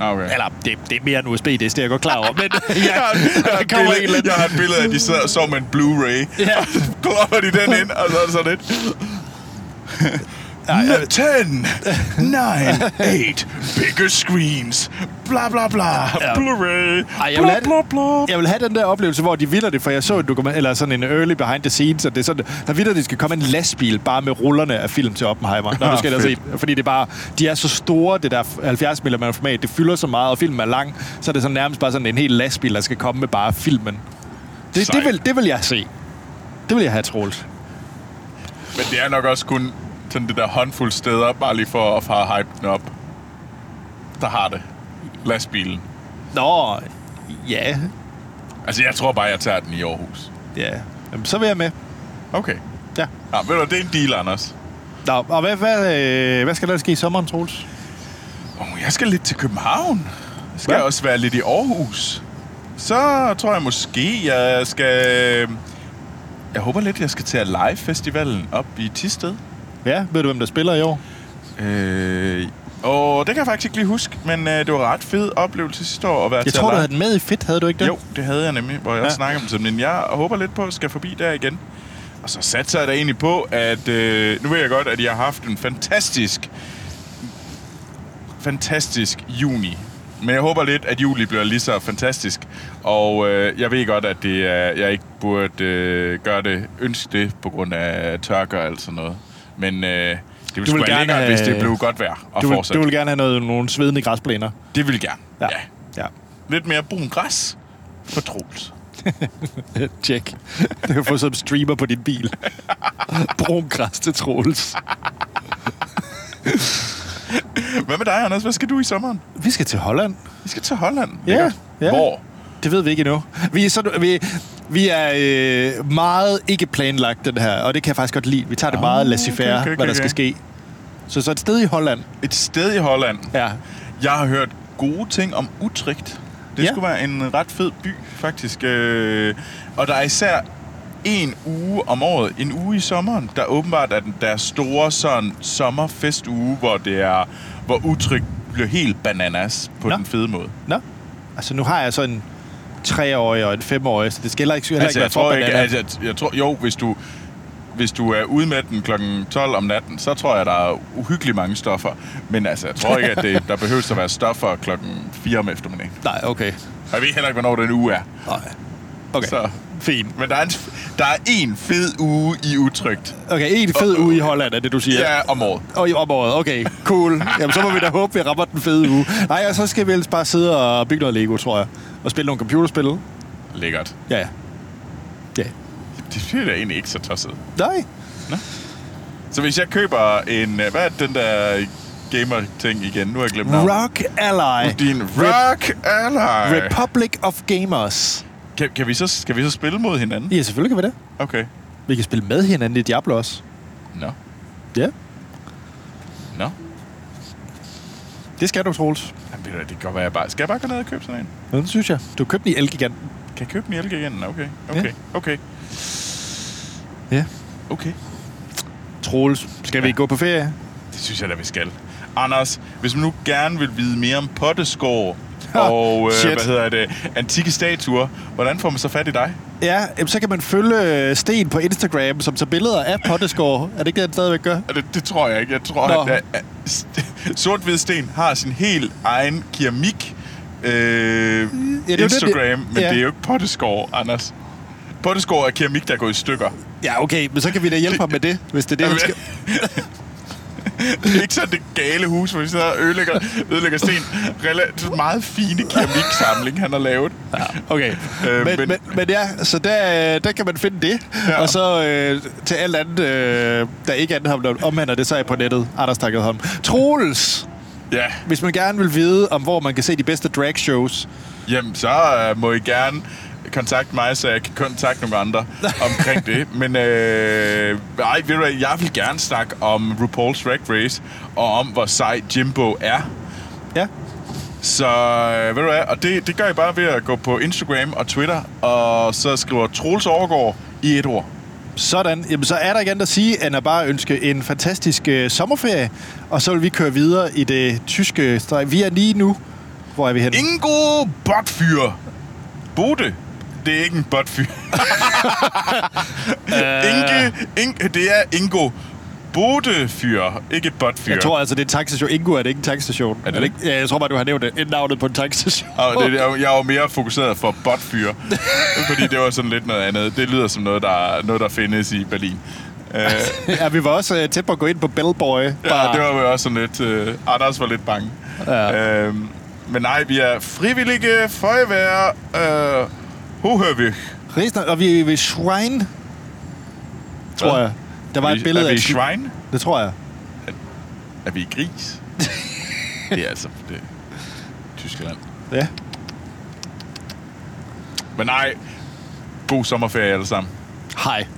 [SPEAKER 1] Ah, okay.
[SPEAKER 2] Eller, det, det er mere en USB-disk, det er jeg godt klar over. Men
[SPEAKER 1] Jeg har, jeg, har
[SPEAKER 2] der
[SPEAKER 1] et
[SPEAKER 2] kommer en
[SPEAKER 1] billede,
[SPEAKER 2] eller anden...
[SPEAKER 1] jeg har et billede af, at de sidder og sover med en Blu-ray.
[SPEAKER 2] Ja.
[SPEAKER 1] Og så klopper de den ind, og så er det sådan lidt... 10, 9, 8, bigger screens, bla bla bla, Blu-ray,
[SPEAKER 2] Ej, jeg vil
[SPEAKER 1] bla
[SPEAKER 2] have
[SPEAKER 1] bla bla.
[SPEAKER 2] Jeg vil have den der oplevelse, hvor de vilder det, for jeg så en dokument, eller sådan en early behind the scenes, og det er sådan, der vilder det skal komme en lastbil bare med rullerne af film til Oppenheimer, når du skal ind og se den. Fordi det er bare, de er så store, det der 70 mm format, det fylder så meget, og filmen er lang, så er det sådan nærmest bare sådan en hel lastbil, der skal komme med bare filmen. Det,
[SPEAKER 1] Sejt.
[SPEAKER 2] det, vil, det vil jeg se. Det vil jeg have, Troels.
[SPEAKER 1] Men det er nok også kun sådan det der håndfuld steder, bare lige for at fare hype den op. Der har det. Lastbilen.
[SPEAKER 2] Nå, ja.
[SPEAKER 1] Altså, jeg tror bare, jeg tager den i Aarhus.
[SPEAKER 2] Ja. Jamen, så vil jeg med.
[SPEAKER 1] Okay.
[SPEAKER 2] Ja.
[SPEAKER 1] Nå, ved du, det er en deal, Anders.
[SPEAKER 2] Nå, og hvad, hvad, øh, hvad skal der ske i sommeren, Troels?
[SPEAKER 1] Oh, jeg skal lidt til København. Jeg skal
[SPEAKER 2] Hvad?
[SPEAKER 1] også være lidt i Aarhus. Så tror jeg måske, jeg skal... øh, Jeg håber lidt, jeg skal til Live-festivalen op i Tisted.
[SPEAKER 2] Ja, ved du, hvem der spiller i år?
[SPEAKER 1] Øh, og det kan jeg faktisk ikke lige huske, men øh, det var en ret fed oplevelse sidste år at være
[SPEAKER 2] Jeg
[SPEAKER 1] til
[SPEAKER 2] tror,
[SPEAKER 1] at
[SPEAKER 2] du
[SPEAKER 1] live.
[SPEAKER 2] havde den med i fedt, havde du ikke det?
[SPEAKER 1] Jo, det havde jeg nemlig, hvor jeg
[SPEAKER 2] Ja.
[SPEAKER 1] ja. snakkede om det. Men jeg håber lidt på, at jeg skal forbi der igen. Og så satser jeg da egentlig på, at... Øh, nu ved jeg godt, at jeg har haft en fantastisk... Fantastisk juni. Men jeg håber lidt, at juli bliver lige så fantastisk. Og øh, jeg ved godt, at det er, jeg ikke burde øh, gøre det, ønske det, på grund af tørke og alt sådan noget. Men øh, det ville sgu
[SPEAKER 2] vil
[SPEAKER 1] være
[SPEAKER 2] gerne
[SPEAKER 1] lækkert,
[SPEAKER 2] have-
[SPEAKER 1] hvis det blev godt vejr og
[SPEAKER 2] Du vil,
[SPEAKER 1] fortsat.
[SPEAKER 2] du vil gerne have noget, nogle svedende græsplæner.
[SPEAKER 1] Det vil jeg gerne. Ja. ja.
[SPEAKER 2] ja.
[SPEAKER 1] Lidt mere brun græs for Troels.
[SPEAKER 2] Check. Det kan få som streamer på din bil. Brun græs til Troels.
[SPEAKER 1] Hvad med dig, Anders? Hvad skal du i sommeren?
[SPEAKER 2] Vi skal til Holland.
[SPEAKER 1] Vi skal til Holland.
[SPEAKER 2] Ja,
[SPEAKER 1] Lækkert.
[SPEAKER 2] ja.
[SPEAKER 1] Hvor?
[SPEAKER 2] Det ved vi ikke endnu. Vi er, sådan, vi, vi er øh, meget ikke planlagt, den her. Og det kan jeg faktisk godt lide. Vi tager det meget laissez-faire,
[SPEAKER 1] Ah, okay, okay,
[SPEAKER 2] hvad der skal
[SPEAKER 1] okay.
[SPEAKER 2] ske. Så så et sted i Holland.
[SPEAKER 1] Et sted i Holland.
[SPEAKER 2] Ja.
[SPEAKER 1] Jeg har hørt gode ting om Utrecht. Det
[SPEAKER 2] Ja.
[SPEAKER 1] ja. skulle være en ret fed by, faktisk. Øh, Og der er især en uge om året, en uge i sommeren, der åbenbart er den der store sådan, sommerfestuge, hvor det er, hvor Utrecht bliver helt bananas på
[SPEAKER 2] Nå.
[SPEAKER 1] Nå. den fede måde.
[SPEAKER 2] Nå. Altså, nu har jeg så en treårig og en femårig, så det skal heller ikke, heller
[SPEAKER 1] Altså,
[SPEAKER 2] ikke
[SPEAKER 1] jeg tror ikke,
[SPEAKER 2] forbanana.
[SPEAKER 1] altså, jeg, jeg tror, jo, hvis du, hvis du er ude med den kl. 12 om natten, så tror jeg, der er uhyggeligt mange stoffer. Men altså, jeg tror ikke, at det, der behøves at være stoffer kl. 4 om eftermiddagen.
[SPEAKER 2] Nej, okay.
[SPEAKER 1] Og jeg ved heller ikke, hvornår den uge er.
[SPEAKER 2] Nej. Okay,
[SPEAKER 1] Så.
[SPEAKER 2] fint.
[SPEAKER 1] Men der er en, Der er en fed uge i utrygt.
[SPEAKER 2] Okay, en fed uge i Holland er det, du siger.
[SPEAKER 1] Ja, om året.
[SPEAKER 2] Og i om året, okay, cool. Jamen, så må vi da håbe, vi rammer den fede uge. Nej, og så skal vi ellers bare sidde og bygge noget Lego, tror jeg. Og spille nogle computerspil.
[SPEAKER 1] Lækkert.
[SPEAKER 2] Ja, ja. Ja.
[SPEAKER 1] Det er da egentlig ikke så tosset.
[SPEAKER 2] Nej.
[SPEAKER 1] Så hvis jeg køber en... øh, Hvad er den der gamer-ting igen? Nu har jeg glemt navnet.
[SPEAKER 2] Rock Ally.
[SPEAKER 1] Din Rock Ally.
[SPEAKER 2] Republic of Gamers.
[SPEAKER 1] Kan, kan, vi så, skal vi så spille mod hinanden?
[SPEAKER 2] Ja, selvfølgelig kan vi det.
[SPEAKER 1] Okay.
[SPEAKER 2] Vi kan spille med hinanden i Diablo også.
[SPEAKER 1] Nå.
[SPEAKER 2] Ja.
[SPEAKER 1] Nå.
[SPEAKER 2] Det skal du, Troels.
[SPEAKER 1] Jamen, ved du hvad, det kan godt være, jeg bare... Skal jeg bare gå ned og købe sådan en?
[SPEAKER 2] Ja, det synes jeg. Du købte den i Elgiganten.
[SPEAKER 1] Kan jeg købe en elke igen? Okay.
[SPEAKER 2] Ja.
[SPEAKER 1] Okay. Okay.
[SPEAKER 2] Ja.
[SPEAKER 1] Okay.
[SPEAKER 2] Troels, skal ja. vi
[SPEAKER 1] Ja.
[SPEAKER 2] gå på ferie?
[SPEAKER 1] Det synes jeg da, vi skal. Anders, hvis man nu gerne vil vide mere om potteskår og øh,
[SPEAKER 2] shit.
[SPEAKER 1] hvad hedder det, antikke statuer, hvordan får man så fat i dig?
[SPEAKER 2] Ja, jamen, så kan man følge øh, Sten på Instagram, som tager billeder af Pottescore. er det ikke det, han stadigvæk gør?
[SPEAKER 1] Og Det, det tror jeg ikke. Jeg tror,
[SPEAKER 2] Nå.
[SPEAKER 1] at, at, at st- sort-hvid sten har sin helt egen keramik øh,
[SPEAKER 2] jo
[SPEAKER 1] ja,
[SPEAKER 2] det,
[SPEAKER 1] Instagram, det,
[SPEAKER 2] det-
[SPEAKER 1] men
[SPEAKER 2] ja.
[SPEAKER 1] det er jo ikke potteskår, Anders. Potteskår er keramik, der går i stykker.
[SPEAKER 2] Ja, okay, men så kan vi da hjælpe ham med det, hvis det er det, han skal...
[SPEAKER 1] Det er ikke sådan det gale hus, hvor vi sidder og ødelægger, ødelægger sten. Relativt meget fine keramiksamling, han har lavet.
[SPEAKER 2] Ja, okay.
[SPEAKER 1] Øh,
[SPEAKER 2] men, men,
[SPEAKER 1] men-
[SPEAKER 2] men, men ja, så der, øh, der kan man finde det. Ja.
[SPEAKER 1] Ja.
[SPEAKER 2] Og så øh, til alt andet, øh, der ikke andet ham, der omhandler det, så er jeg på nettet. Anders takket ham. Troels,
[SPEAKER 1] Ja,
[SPEAKER 2] hvis man gerne vil vide, om hvor man kan se de bedste drag shows.
[SPEAKER 1] Jamen, så øh, må I gerne kontakte mig, så jeg kan kontakte nogle andre omkring det. Men øh, ej, ved du hvad, jeg vil gerne snakke om RuPaul's Drag Race, og om hvor sej Jimbo er.
[SPEAKER 2] Ja.
[SPEAKER 1] Så øh, ved du hvad, og det, det gør I bare ved at gå på Instagram og Twitter, og så skriver Troels Overgaard i et ord.
[SPEAKER 2] Sådan. Jamen, så er der igen at sige, end at bare ønske en fantastisk øh, sommerferie. Og så vil vi køre videre i det tyske streg. Vi er lige nu. Hvor er vi henne?
[SPEAKER 1] Ingo Botfyr. Bode. Det er ikke en botfyr. Øh. Inge, Inge, det er Ingo Bodefyr, ikke botfyr.
[SPEAKER 2] Jeg tror altså, det er en tankstation. Ingo er det ikke en tankstation.
[SPEAKER 1] det
[SPEAKER 2] Er det ikke? Ja, jeg tror bare, du har nævnt det. navnet på en tankstation.
[SPEAKER 1] Og det, jeg, jeg var mere fokuseret for botfyr, fordi det var sådan lidt noget andet. Det lyder som noget, der, noget, der findes i Berlin. Uh,
[SPEAKER 2] ja, vi var også øh, tæt på at gå ind på Bellboy.
[SPEAKER 1] ja, det var jo også sådan lidt... Øh, Anders var lidt bange.
[SPEAKER 2] Ja.
[SPEAKER 1] Øh, men nej, vi er frivillige føjeværer. Øh, Hohøvig.
[SPEAKER 2] Rigsner, og vi er ved Shrine, tror jeg. Der var
[SPEAKER 1] er
[SPEAKER 2] et
[SPEAKER 1] vi,
[SPEAKER 2] billede
[SPEAKER 1] er vi
[SPEAKER 2] af...
[SPEAKER 1] i shrine?
[SPEAKER 2] Det tror jeg.
[SPEAKER 1] Er vi i gris? det er altså... Det, Tyskland.
[SPEAKER 2] Ja.
[SPEAKER 1] Men nej, god sommerferie alle sammen.
[SPEAKER 2] Hej.